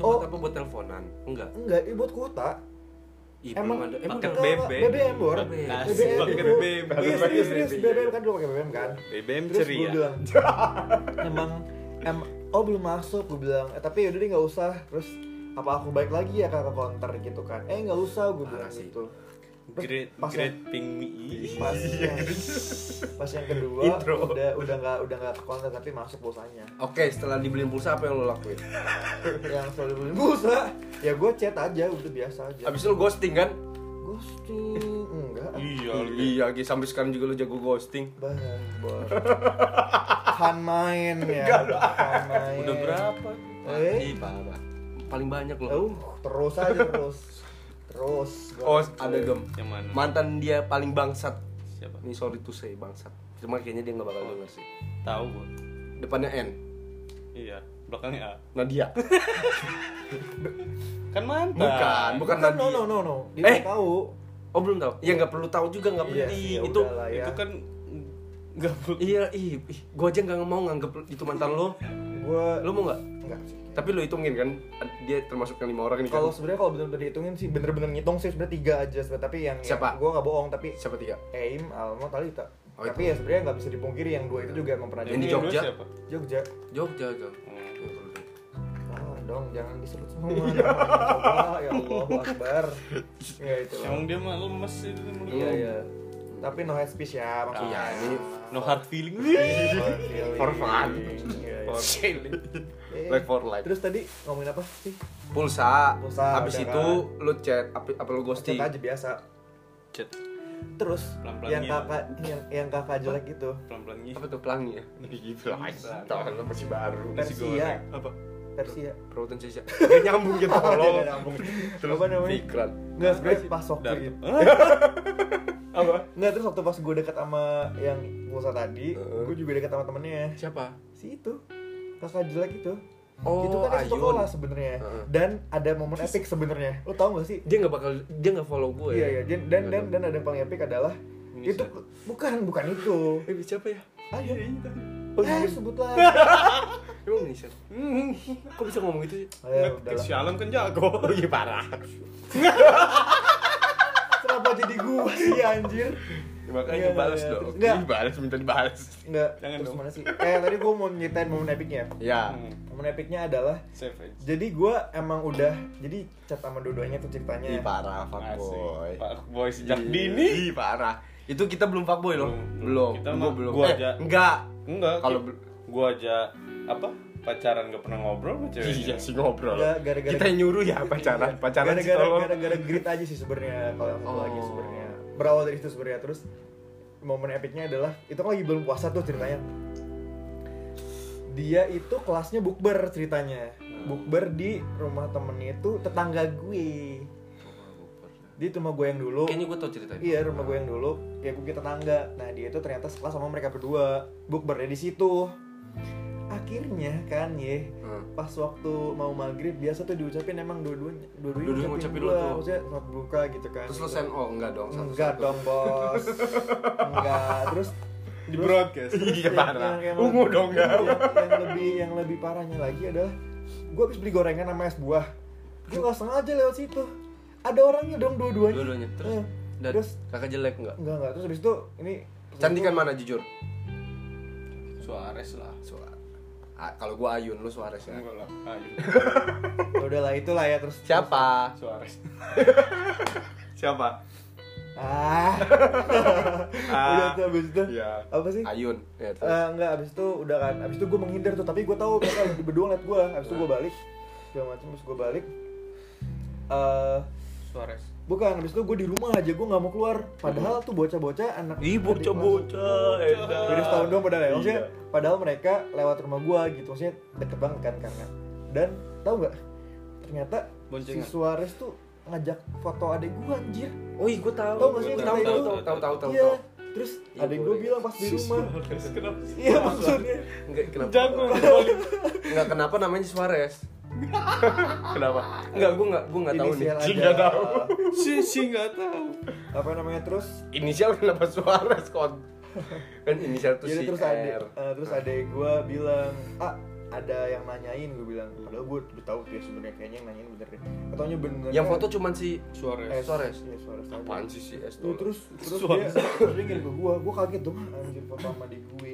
Speaker 1: Itu
Speaker 2: Oh,
Speaker 1: buat apa buat teleponan? Enggak.
Speaker 2: enggak, ini buat kuota.
Speaker 1: Ih, belum
Speaker 2: emang
Speaker 1: ada. Emang
Speaker 5: paket
Speaker 1: udah-
Speaker 5: BB.
Speaker 2: BBM, Bor.
Speaker 5: Asik,
Speaker 2: BBM.
Speaker 5: paket
Speaker 2: itu.
Speaker 5: BBM.
Speaker 2: Iya, serius, serius. BBM kan dulu pakai BBM kan.
Speaker 5: BBM
Speaker 2: Terus gue
Speaker 5: ceria.
Speaker 2: bilang, emang em, oh belum masuk gue bilang, eh, tapi udah deh nggak usah. Terus apa aku balik lagi ya Kak, ke counter gitu kan? Eh nggak usah gue bilang
Speaker 1: Parah sih.
Speaker 2: gitu. Terus
Speaker 5: Great,
Speaker 2: pas ya?
Speaker 5: great ping me.
Speaker 3: Iya.
Speaker 2: pas yang, pas yang kedua
Speaker 4: Intro.
Speaker 2: udah udah nggak udah nggak ke counter tapi masuk pulsanya.
Speaker 1: Oke, setelah dibeliin pulsa apa yang lo lakuin?
Speaker 2: yang selalu beli pulsa, ya gue chat aja udah biasa aja.
Speaker 1: Abis itu lo ghosting kan?
Speaker 2: ghosting enggak?
Speaker 5: Iya, iya.
Speaker 4: Iya, Gi, sampai sekarang juga lo jago ghosting.
Speaker 2: Bah, bor. Kan main ya. Kan main.
Speaker 5: Udah berapa?
Speaker 2: Eh,
Speaker 1: parah. Paling banyak lo.
Speaker 2: uh, terus aja terus. Terus.
Speaker 1: Oh, ada gem.
Speaker 5: ya. Yang mana?
Speaker 1: Mantan dia paling bangsat.
Speaker 5: Siapa?
Speaker 1: Ini sorry to say bangsat. Cuma kayaknya dia nggak bakal denger sih.
Speaker 5: Tahu gua.
Speaker 1: Depannya N.
Speaker 5: Iya, belakangnya A.
Speaker 1: Nadia.
Speaker 5: Kan mantan.
Speaker 1: Bukan, bukan
Speaker 2: Bukan,
Speaker 1: Nadia.
Speaker 2: no no no no. Dia
Speaker 1: Eh.
Speaker 2: nggak tahu.
Speaker 1: Oh belum tahu. Ya nggak perlu tahu juga nggak
Speaker 2: Iya,
Speaker 1: penting.
Speaker 2: ya
Speaker 1: itu
Speaker 2: udahlah ya.
Speaker 5: Itu kan enggak
Speaker 1: iya ih, ih, gua aja nggak mau nganggep itu mantan lo.
Speaker 2: Gue
Speaker 1: Lo mau nggak?
Speaker 2: enggak sih.
Speaker 1: Tapi lo hitungin kan dia termasuk yang lima orang ini kan.
Speaker 2: Kalau sebenarnya kalau bener-bener dihitungin sih bener-bener ngitung sih sebenarnya tiga aja sebenarnya tapi yang
Speaker 1: Siapa?
Speaker 2: gue nggak bohong tapi
Speaker 1: Siapa tiga?
Speaker 2: Aim, Alma, Talita.
Speaker 1: Oh, itu.
Speaker 2: tapi ya sebenarnya nggak bisa dipungkiri yang dua itu juga emang pernah
Speaker 1: Yang di
Speaker 2: jadi
Speaker 1: Jogja.
Speaker 5: Siapa?
Speaker 2: Jogja.
Speaker 1: Jogja aja.
Speaker 2: Ah, dong jangan disebut semua. Coba, ya Allah Akbar. Ya itu.
Speaker 5: Emang dia mah lemes itu mulut.
Speaker 2: Iya iya. Tapi no hate speech ya maksudnya.
Speaker 1: Iya, ini
Speaker 5: No hard feeling.
Speaker 2: Iya, For fun.
Speaker 1: Oh,
Speaker 4: Like for life.
Speaker 2: iya, Terus tadi ngomongin apa sih?
Speaker 1: pulsa.
Speaker 2: Pulsa,
Speaker 1: Habis
Speaker 2: udah
Speaker 1: itu lo chat apa, apa lo
Speaker 2: Chat
Speaker 1: ghosting?
Speaker 2: aja biasa.
Speaker 5: Cet,
Speaker 2: Terus
Speaker 5: Pelan-pelan
Speaker 2: yang
Speaker 5: gitu.
Speaker 2: kakak yang, yang kakak jelek itu
Speaker 5: pelan-pelan gitu.
Speaker 1: Apa tuh pelangi ya?
Speaker 4: Gitu aja. Tahun lo masih baru.
Speaker 5: Nasi goreng.
Speaker 2: Persia,
Speaker 5: Apa?
Speaker 2: Persia.
Speaker 1: Perawatan Caca. Gak nyambung gitu
Speaker 2: Iya, Dia
Speaker 1: kalau
Speaker 2: nggak nyambung. apa namanya?
Speaker 1: Fikran.
Speaker 2: Nggak sebenarnya pas waktu
Speaker 5: Darto.
Speaker 2: itu.
Speaker 5: Apa?
Speaker 2: Nggak terus waktu pas gue deket sama yang pulsa tadi, gue juga deket sama temennya.
Speaker 1: Siapa?
Speaker 2: Si itu kakak jelek itu.
Speaker 1: Oh,
Speaker 2: itu kan yang satu
Speaker 1: Ayun.
Speaker 2: kelas sebenarnya.
Speaker 1: Heeh.
Speaker 2: Dan ada momen epic sebenarnya. Lo tau gak sih?
Speaker 1: Dia nggak bakal dia nggak follow ya? gue.
Speaker 2: Iya iya. Dan dan dan, dan ada yang paling epic adalah itu bukan bukan itu.
Speaker 1: Eh, siapa ya?
Speaker 2: Ayo.
Speaker 1: Oh,
Speaker 2: eh,
Speaker 1: iya.
Speaker 2: sebut lagi.
Speaker 1: Emang Indonesia?
Speaker 2: Hmm,
Speaker 1: Kok bisa ngomong gitu sih?
Speaker 2: Ayo,
Speaker 5: Ke
Speaker 2: Oh, ya, udahlah.
Speaker 5: si Alam kan
Speaker 1: Oh,
Speaker 5: jago. Iya parah.
Speaker 2: Kenapa jadi gua sih anjir? Iya,
Speaker 4: Makanya balas
Speaker 2: iya,
Speaker 4: dong.
Speaker 2: terus- Nggak.
Speaker 4: Dibalas, minta dibalas.
Speaker 2: Enggak.
Speaker 5: Jangan
Speaker 2: Terus
Speaker 5: dong.
Speaker 2: mana sih? Eh, tadi gua mau nyeritain momen epicnya.
Speaker 1: Ya.
Speaker 2: Momen epicnya adalah
Speaker 5: Hmm, Safe aja.
Speaker 2: jadi gua emang udah jadi chat sama dua-duanya tuh ceritanya.
Speaker 1: Ih parah fuckboy.
Speaker 5: Asik. Pak Boy sejak
Speaker 1: Iya.
Speaker 5: dini.
Speaker 1: Ih parah. Itu kita belum fuckboy loh.
Speaker 5: Belum.
Speaker 1: Belum.
Speaker 5: Kita
Speaker 1: Gua
Speaker 5: mah-
Speaker 1: belum.
Speaker 5: gua
Speaker 1: Eh,
Speaker 5: aja.
Speaker 1: Enggak.
Speaker 5: Enggak.
Speaker 1: Kalau
Speaker 5: Kalau
Speaker 1: bel-
Speaker 5: gua aja apa? Pacaran gak pernah ngobrol sama ceweknya.
Speaker 4: Iya sih ngobrol.
Speaker 2: Enggak, gara-gara Iya.
Speaker 4: Kita yang nyuruh ya pacaran, pacaran sih
Speaker 2: gara-gara
Speaker 4: tolong.
Speaker 2: gara-gara grit aja sih sebenarnya kalau yang satu
Speaker 1: Oh.
Speaker 2: lagi sebenarnya berawal dari itu sebenarnya terus momen epicnya adalah itu kan lagi belum puasa tuh ceritanya dia itu kelasnya bukber ceritanya bukber di rumah temennya itu tetangga gue Di rumah gue yang dulu.
Speaker 1: Kayaknya gue tau cerita itu.
Speaker 2: Iya rumah gue yang dulu ya gue kita tangga. Nah dia itu ternyata sekelas sama mereka berdua. Bukbernya di situ. Akhirnya kan ya
Speaker 1: Hmm.
Speaker 2: pas waktu mau maghrib biasa tuh diucapin emang dua-duanya dua-duanya
Speaker 1: Dua-duanya ngucapin lu
Speaker 2: gua.
Speaker 1: tuh.
Speaker 2: Maksudnya saat buka gitu kan.
Speaker 1: Terus lo send oh enggak dong satu
Speaker 2: Enggak dong bos. Enggak. Terus
Speaker 6: Di broadcast. Iya
Speaker 2: yang-
Speaker 6: parah.
Speaker 2: yang- yang-
Speaker 6: Ungu dong
Speaker 2: yang,
Speaker 6: enggak.
Speaker 2: yang lebih yang lebih parahnya lagi adalah gue habis beli gorengan sama es buah gue nggak sengaja lewat situ ada orangnya dong dua-duanya
Speaker 1: Dua-duanya. Terus,
Speaker 2: Eh,
Speaker 1: dan
Speaker 2: terus
Speaker 1: kakak jelek enggak?
Speaker 2: enggak enggak terus habis itu ini
Speaker 1: Cantikan mana jujur?
Speaker 3: Suarez lah.
Speaker 1: Suara. Ah, kalau gue Ayun, lu Suarez ya.
Speaker 3: Enggak lah. Ayo.
Speaker 2: Ya udahlah itulah ya terus
Speaker 1: Siapa?
Speaker 3: Suarez.
Speaker 6: Siapa?
Speaker 2: ah udah tuh habis itu
Speaker 6: Ah. Iya.
Speaker 2: apa sih
Speaker 1: Ayun. Ya, terus.
Speaker 2: Eh, enggak abis itu udah kan abis itu gue menghindar tuh tapi gue tahu mereka lagi berdua ngeliat gue abis itu gue balik segala macam terus gue balik eh
Speaker 3: Suarez.
Speaker 2: bukan abis itu gue di rumah aja gue nggak mau keluar padahal tuh bocah-bocah anak
Speaker 7: Ih,
Speaker 2: adik kelas-
Speaker 7: bocah-bocah. edan.
Speaker 2: Beda setahun doang padahal ya. Maksudnya, padahal mereka lewat rumah gua gitu. Maksudnya deket banget kan karena. Dan tahu nggak? Ternyata
Speaker 1: Boncengan.
Speaker 2: si Suarez tuh ngajak foto adik gua anjir.
Speaker 7: Oh, iya, gue tahu.
Speaker 2: Tahu nggak sih
Speaker 1: Tahu,
Speaker 2: cerita
Speaker 1: tahu,
Speaker 2: itu?
Speaker 1: tahu, tahu, Oh, tahu, tahu,
Speaker 2: Iya.
Speaker 1: tahu.
Speaker 2: Terus
Speaker 1: Iya,
Speaker 2: adik gua
Speaker 1: boleh.
Speaker 2: bilang pas di rumah.
Speaker 3: Suarez kenapa sih?
Speaker 2: Iya maksudnya.
Speaker 1: Enggak kenapa?
Speaker 3: Jago balik.
Speaker 1: Enggak kenapa namanya Suarez?
Speaker 6: Kenapa?
Speaker 1: Enggak, gue enggak gue enggak tahu nih.
Speaker 2: Inisial
Speaker 6: Ji,
Speaker 2: ada,
Speaker 6: nggak tahu.
Speaker 3: Si si enggak tahu.
Speaker 2: Apa namanya terus?
Speaker 1: Inisial kenapa Suarez kon? Kan inisial tuh
Speaker 2: Jadi
Speaker 1: si
Speaker 2: Iya, terus adik,
Speaker 1: R.
Speaker 2: eh, terus adik gua bilang, ah ada yang nanyain gue bilang padahal gue udah tahu tuh ya sebenarnya kayaknya yang nanyain bener deh katanya bener
Speaker 1: Yang foto cuman si
Speaker 3: Suarez.
Speaker 2: eh,
Speaker 1: Suarez.
Speaker 2: Iya, Suarez aja.
Speaker 1: Apaan sih si S
Speaker 2: Tuh,
Speaker 1: tuh?
Speaker 2: terus terus
Speaker 3: Suara.
Speaker 2: dia terus dia ngirim ke gua, gua kaget dong anjir foto sama di gue.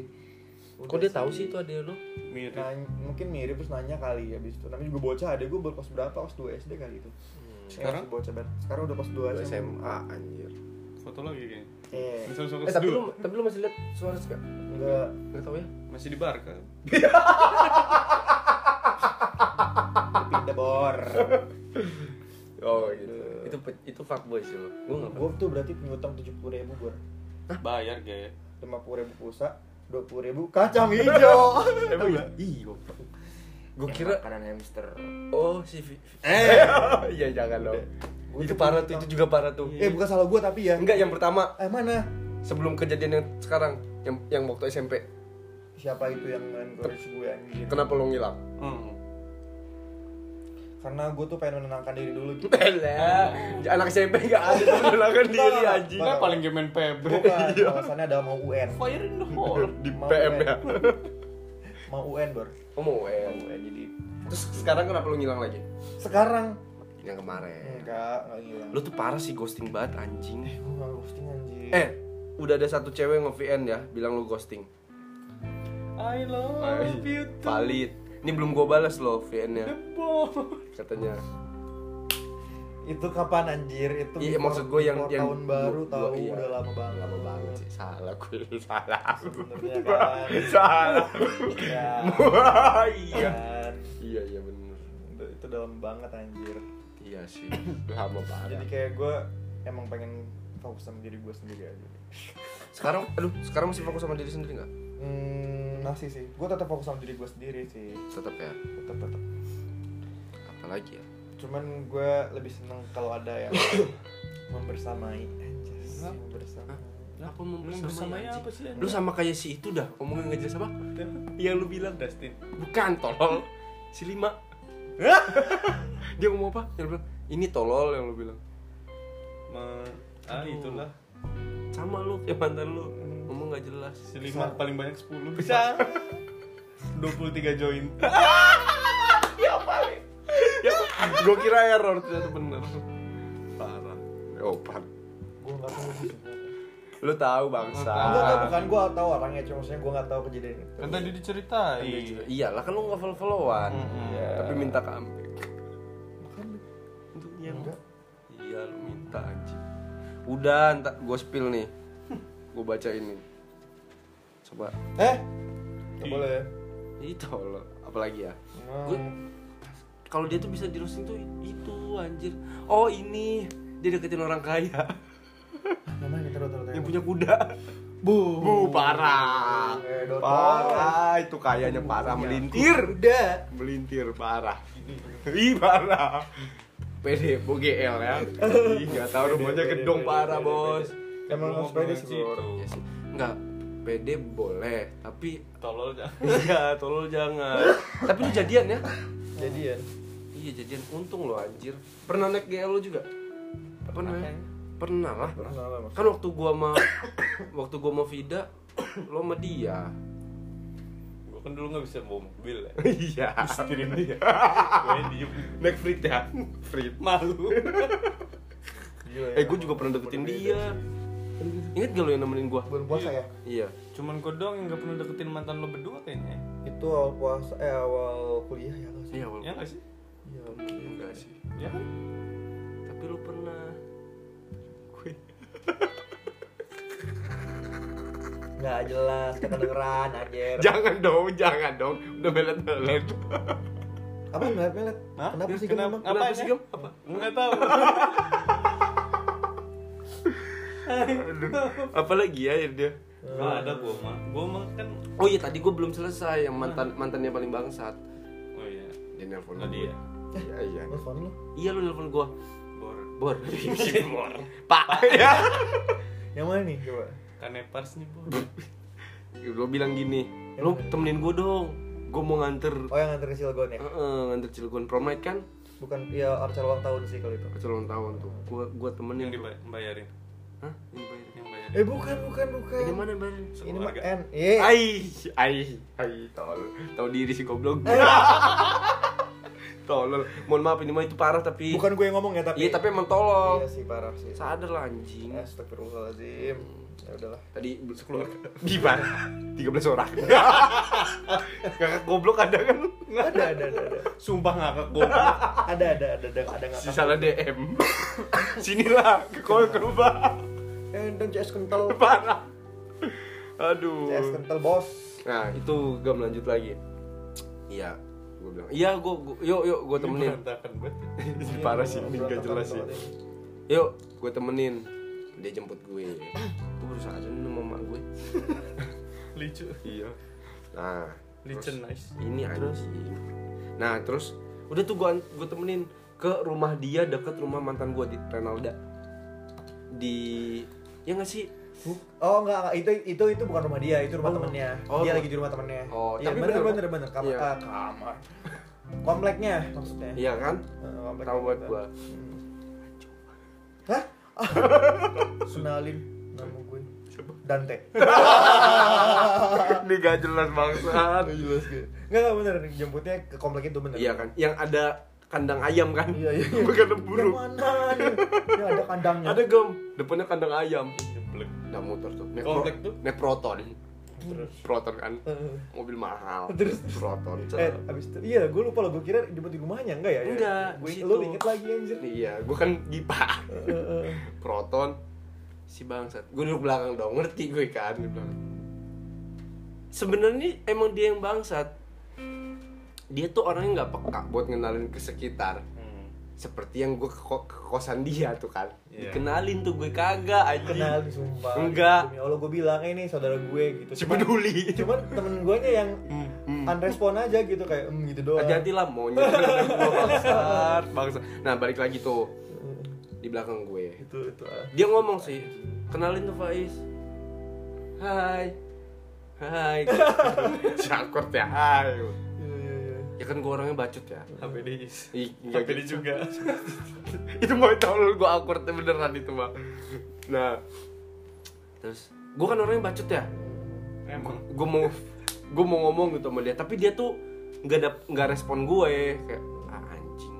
Speaker 2: Udah
Speaker 1: Kok dia tahu sih itu ada lu?
Speaker 3: Mirip.
Speaker 1: Nah, ya.
Speaker 2: nanya- mungkin mirip terus nanya kali ya abis itu. Tapi juga bocah ada gua baru kelas berapa? Kelas 2 SD kali itu. Eh,
Speaker 3: Sekarang?
Speaker 2: masih bocah banget. Sekarang udah kelas 2 SMA.
Speaker 1: SMA anjir.
Speaker 3: Foto lagi kayaknya.
Speaker 2: Eh,
Speaker 3: Langsung
Speaker 1: Eh tapi lu tapi lu masih lihat Suarez gak?
Speaker 2: enggak
Speaker 1: Enggak tahu ya.
Speaker 3: masih di bar kan?
Speaker 2: pindah bor.
Speaker 1: Oh gitu. Itu pe- itu fuckboy sih lu. Gue enggak
Speaker 2: gua tuh berarti punya utang 70.000 ribu bor.
Speaker 3: Bayar gak ya?
Speaker 2: 50.000 pulsa, 20.000 kacang hijau.
Speaker 6: Emang
Speaker 1: ya?
Speaker 6: iya?
Speaker 2: Iya.
Speaker 1: Gue kira
Speaker 2: makanan hamster.
Speaker 1: oh si Vi-
Speaker 2: Eh,
Speaker 1: Iya jangan dong.
Speaker 2: Gua
Speaker 1: Itu
Speaker 2: tuh
Speaker 1: parah tuh,
Speaker 2: punya
Speaker 1: itu juga parah tuh.
Speaker 2: eh bukan salah gua tapi ya.
Speaker 1: Enggak yang pertama
Speaker 2: Eh mana?
Speaker 1: sebelum kejadian yang sekarang yang yang waktu SMP.
Speaker 2: Siapa itu yang encourage gue anjir?
Speaker 1: Kenapa lo ngilang?
Speaker 3: Hmm.
Speaker 2: karena gue tuh pengen menenangkan diri dulu gitu
Speaker 1: Elah, anak SMP gak ada tuh menenangkan diri anjing.
Speaker 3: Kan paling gemen PB.
Speaker 2: bukan kan
Speaker 1: Iya.
Speaker 2: alasannya adalah mau UN
Speaker 3: Fire in the hole.
Speaker 6: Di
Speaker 2: Mau
Speaker 6: PM
Speaker 2: UN.
Speaker 6: ya.
Speaker 2: mau UN bor
Speaker 1: Oh mau UN.
Speaker 2: UN jadi
Speaker 1: Terus sekarang kenapa lo ngilang lagi?
Speaker 2: sekarang
Speaker 1: Yang kemarin.
Speaker 2: enggak enggak hilang
Speaker 1: Lu tuh parah sih ghosting banget anjing.
Speaker 2: gue nggak ghosting anjir
Speaker 1: Eh, udah ada satu cewek nge-VN ya, bilang lu ghosting.
Speaker 3: I love you too.
Speaker 1: Valid. Ini belum gua balas loh VN-nya
Speaker 3: Bo-
Speaker 1: katanya.
Speaker 2: itu kapan anjir itu
Speaker 1: Iya,
Speaker 2: before-
Speaker 1: maksud gue yang-
Speaker 2: before
Speaker 1: yang-
Speaker 2: tahun baru
Speaker 1: gua-
Speaker 2: tahu
Speaker 1: iya.
Speaker 2: udah lama banget
Speaker 1: Lama banget sih. Salah gue, salah.
Speaker 2: sebenarnya kan
Speaker 6: Salah.
Speaker 2: ya
Speaker 1: Wah, iya.
Speaker 2: kan.
Speaker 1: Iya, iya bener.
Speaker 2: Udah- itu dalam banget anjir
Speaker 1: Iya sih. Lama
Speaker 2: jadi
Speaker 1: banget.
Speaker 2: kayak gue emang pengen fokus sama diri gue sendiri aja
Speaker 1: Sekarang aduh, sekarang masih fokus sama diri sendiri nggak?
Speaker 2: hmm, masih sih gue tetap fokus sama diri gue sendiri sih
Speaker 1: Tetap ya.
Speaker 2: tetap tetap
Speaker 1: Apalagi ya?
Speaker 2: cuman gue lebih seneng kalau ada yang membersamai Anjas,
Speaker 3: Hah?
Speaker 2: membersamai
Speaker 1: Apa
Speaker 3: Bersamanya ya, apa sih?
Speaker 1: Lu sama kayak si itu dah, ngomongnya nggak jelas apa? Yang Iya, lu bilang
Speaker 3: Dustin.
Speaker 1: Bukan tolol Si lima Dia ngomong apa? Yang lu bilang Ini tolol yang lu bilang
Speaker 3: Me- ah
Speaker 1: Aduh.
Speaker 3: itulah.
Speaker 1: Sama lu kayak mantan lu Ngomong gak jelas
Speaker 3: Si lima paling banyak 10 bisa. 23 join.
Speaker 1: Gue kira error ternyata bener Parah Opan
Speaker 2: gue nggak tahu sih
Speaker 1: Lu tahu
Speaker 2: enggak enggak
Speaker 1: bangsa
Speaker 2: bukan gue tahu orangnya cuma maksudnya gue nggak tahu kejadian itu
Speaker 3: Kan tadi diceritain.
Speaker 1: Iyalah kan lu gak follow-followan
Speaker 3: Mm-mm.
Speaker 1: Iya. Tapi minta ke Ampek
Speaker 2: Bukan,
Speaker 1: Untuk yang
Speaker 2: Enggak.
Speaker 1: Iya lu minta anjing Udah ntar gue spill nih Gue baca ini Coba
Speaker 2: eh nggak boleh ya
Speaker 1: Itu loh Apalagi ya
Speaker 2: Hmm.
Speaker 1: Gua- kalau dia tuh bisa di roasting tuh itu anjir oh ini dia deketin orang kaya
Speaker 2: yang mana kita rotor
Speaker 1: yang punya kuda bu bu parah
Speaker 2: Eh, Dot
Speaker 1: parah itu kayaknya parah melintir
Speaker 2: udah
Speaker 1: melintir parah ih parah PD GL ya Ih, nggak tahu rumahnya gedong parah bos
Speaker 2: Emang harus pede sih, Bro.
Speaker 1: ya sih nggak PD boleh tapi
Speaker 5: Tolol jangan.
Speaker 1: iya tolol jangan tapi lu jadian ya
Speaker 2: Jadian.
Speaker 1: iya jadian untung lo anjir pernah naik GL lu juga apa namanya pernah lah
Speaker 2: Pernah lah, Mas.
Speaker 1: kan waktu gua sama waktu gua sama Vida lo sama dia
Speaker 5: Gue kan dulu nggak bisa bawa mobil ya.
Speaker 1: iya
Speaker 4: Kirim dia.
Speaker 5: Gue diem.
Speaker 1: naik Frit ya Frit
Speaker 5: Malu.
Speaker 2: Gila ya,
Speaker 1: eh gua juga pernah deketin dia ingat gak lo yang nemenin gua
Speaker 2: Bulan puasa ya?
Speaker 1: iya
Speaker 5: Cuman gue doang yang nggak pernah deketin mantan lo berdua kayaknya.
Speaker 2: Itu awal puasa eh awal kuliah ya lo sih.
Speaker 1: iya wal-
Speaker 5: Ya nggak sih?
Speaker 2: Iya.
Speaker 1: enggak sih
Speaker 5: Ya kan?
Speaker 1: tapi lo pernah
Speaker 2: Enggak jelas kedengeran anjir.
Speaker 1: jangan dong jangan dong udah melet melet
Speaker 2: Apa melet-melet?
Speaker 5: Hah?
Speaker 2: Kenapa sih kamu
Speaker 5: Ya, Kenapa,
Speaker 2: emang?
Speaker 5: kenapa sih
Speaker 1: Gem?
Speaker 5: Apa? Nggak tahu.
Speaker 1: apalagi ya yang dia
Speaker 5: Nggak ada gue mah. Gue mah kan.
Speaker 1: oh iya tadi gua belum selesai yang mantan mantannya paling bangsat
Speaker 5: Oh iya.
Speaker 1: dia nelpon
Speaker 5: Nggak
Speaker 3: Nah,
Speaker 5: dia.
Speaker 1: iya iya
Speaker 2: Nelfon lu.
Speaker 1: iya lo nelpon gua
Speaker 5: Bor.
Speaker 1: bor pak ya
Speaker 2: Yang mana nih coba?
Speaker 5: Kanepars nih Kan bor.
Speaker 1: lo bilang gini lo temenin gua dong gua mau nganter
Speaker 2: Oh yang nganter ke Cilegon ya?
Speaker 1: Eh, eh, nganter Cilegon prom night kan
Speaker 2: Bukan ya acara ulang tahun sih kalau itu.
Speaker 1: Pas ulang tahun tuh gua gua temenin
Speaker 5: Yang dibayarin.
Speaker 1: Hah? Ini bayarin.
Speaker 5: Yang bayarin.
Speaker 2: Eh bukan bukan bukan.
Speaker 1: Ini mana Eh. bayarin?
Speaker 2: Ini mah
Speaker 5: Sekeluarga.
Speaker 2: N. Iya.
Speaker 1: Ai, ai, ai, tolol. Tahu diri si goblok. tolol. Mohon maaf ini mah itu parah tapi
Speaker 2: Bukan gue yang ngomong ya tapi.
Speaker 1: Iya, Eh. tapi emang tolol.
Speaker 2: Iya sih parah sih.
Speaker 1: Sadar lah anjing.
Speaker 2: Astagfirullahaladzim. Ya udahlah.
Speaker 1: Tadi sekeluar gimana? 13 orang. Kakak goblok ada kan?
Speaker 2: Ada ada ada ada.
Speaker 5: Sumpah ngakak gue.
Speaker 2: Ada ada ada ada ada nggak?
Speaker 1: Si salah DM. Sinilah ke kol ke rumah.
Speaker 2: Eh dan CS kental.
Speaker 1: Parah.
Speaker 2: CS
Speaker 1: Aduh.
Speaker 2: kental bos.
Speaker 1: Nah, itu gak lanjut lagi. Iya, gue bilang. Iya, gue yuk yuk gue temenin.
Speaker 5: Berantakan banget.
Speaker 1: Ini parah sih, ini gak jelas sih. Yuk, gue temenin. Dia jemput gue. Gue baru sadar nih sama emak gue.
Speaker 5: Lucu.
Speaker 1: Iya. Nah,
Speaker 5: Lucu nice.
Speaker 1: ini anjing. Nah, terus udah tuh gue gue temenin ke rumah dia deket rumah mantan gue di Renalda. Di ya nggak sih?
Speaker 2: Oh enggak, enggak. itu itu itu bukan rumah dia, itu rumah temennya.
Speaker 1: Oh,
Speaker 2: dia
Speaker 1: rumah-
Speaker 2: lagi di rumah temennya.
Speaker 1: Oh,
Speaker 2: iya,
Speaker 1: tapi
Speaker 2: bener
Speaker 1: bener,
Speaker 2: bener bener kamar
Speaker 1: Iya.
Speaker 2: ah, kamar. Kompleknya maksudnya.
Speaker 1: Iya kan?
Speaker 2: Eh, komplek- Hmm.
Speaker 1: Tahu buat gue.
Speaker 2: Hah? Kenalin nama gue. Dante.
Speaker 1: Ini gak jelas bangsat.
Speaker 2: Jelas gue. Enggak enggak bener, jemputnya ke komplek itu bener.
Speaker 1: Iya kan? Yang ada kandang ayam kan?
Speaker 2: Iya iya. iya.
Speaker 1: Bukan
Speaker 2: Yang
Speaker 1: burung.
Speaker 2: mana? nih? Ya ada kandangnya.
Speaker 1: Ada gem, depannya kandang ayam.
Speaker 5: Jeblek.
Speaker 1: Iya. Udah motor tuh. Naik
Speaker 5: Komplek
Speaker 1: pro-
Speaker 5: tuh?
Speaker 1: Naik proton. Proton kan.
Speaker 2: Eh.
Speaker 1: Mobil mahal.
Speaker 2: Terus?
Speaker 1: proton.
Speaker 2: Eh, abis itu, iya gue lupa lah, gue kira jemput di rumahnya, enggak ya? ya?
Speaker 1: Enggak,
Speaker 2: Gue
Speaker 1: di
Speaker 2: lo
Speaker 1: situ.
Speaker 2: inget lagi anjir
Speaker 1: Iya, gua kan gipa. eh. proton si bangsat. Gua duduk belakang dong, ngerti gue kan di belakang. Sebenarnya emang dia yang bangsat. Dia tuh orangnya nggak peka buat ngenalin ke sekitar.
Speaker 5: Hmm.
Speaker 1: Seperti yang gue ke, ke kosan dia tuh kan.
Speaker 5: Iya.
Speaker 1: Dikenalin tuh gue kagak anjing.
Speaker 2: Kenal, sumpah
Speaker 1: Enggak.
Speaker 2: Demi Allah, gue bilang, eh nih saudara gue gitu
Speaker 1: Si
Speaker 2: Cuman-
Speaker 1: peduli. Mm.
Speaker 2: Cuman temen gue nya yang unrespon aja gitu, kayak hmm gitu doang
Speaker 1: Hati-hati lah monyet Gua bangsat, bangsat. Nah, balik lagi tuh di belakang gue.
Speaker 2: Mm, Itu, itu ah.
Speaker 1: Dia ngomong sih, kenalin tuh Faiz. Hai. Hai. Cakot ya. Hai.
Speaker 2: Iya, iya, iya
Speaker 1: Ya kan gue orangnya bacut ya.
Speaker 3: Iya.
Speaker 5: HPD is.
Speaker 1: Ih, nggak
Speaker 3: gitu.
Speaker 5: HPD
Speaker 1: gitu.
Speaker 5: juga.
Speaker 1: itu mau tau lu gue awkward beneran itu mah. Nah. Terus gue kan orangnya bacut ya.
Speaker 5: Emang.
Speaker 1: gue mau gue mau ngomong gitu sama dia tapi dia tuh nggak ada nggak respon gue kayak ah, anjing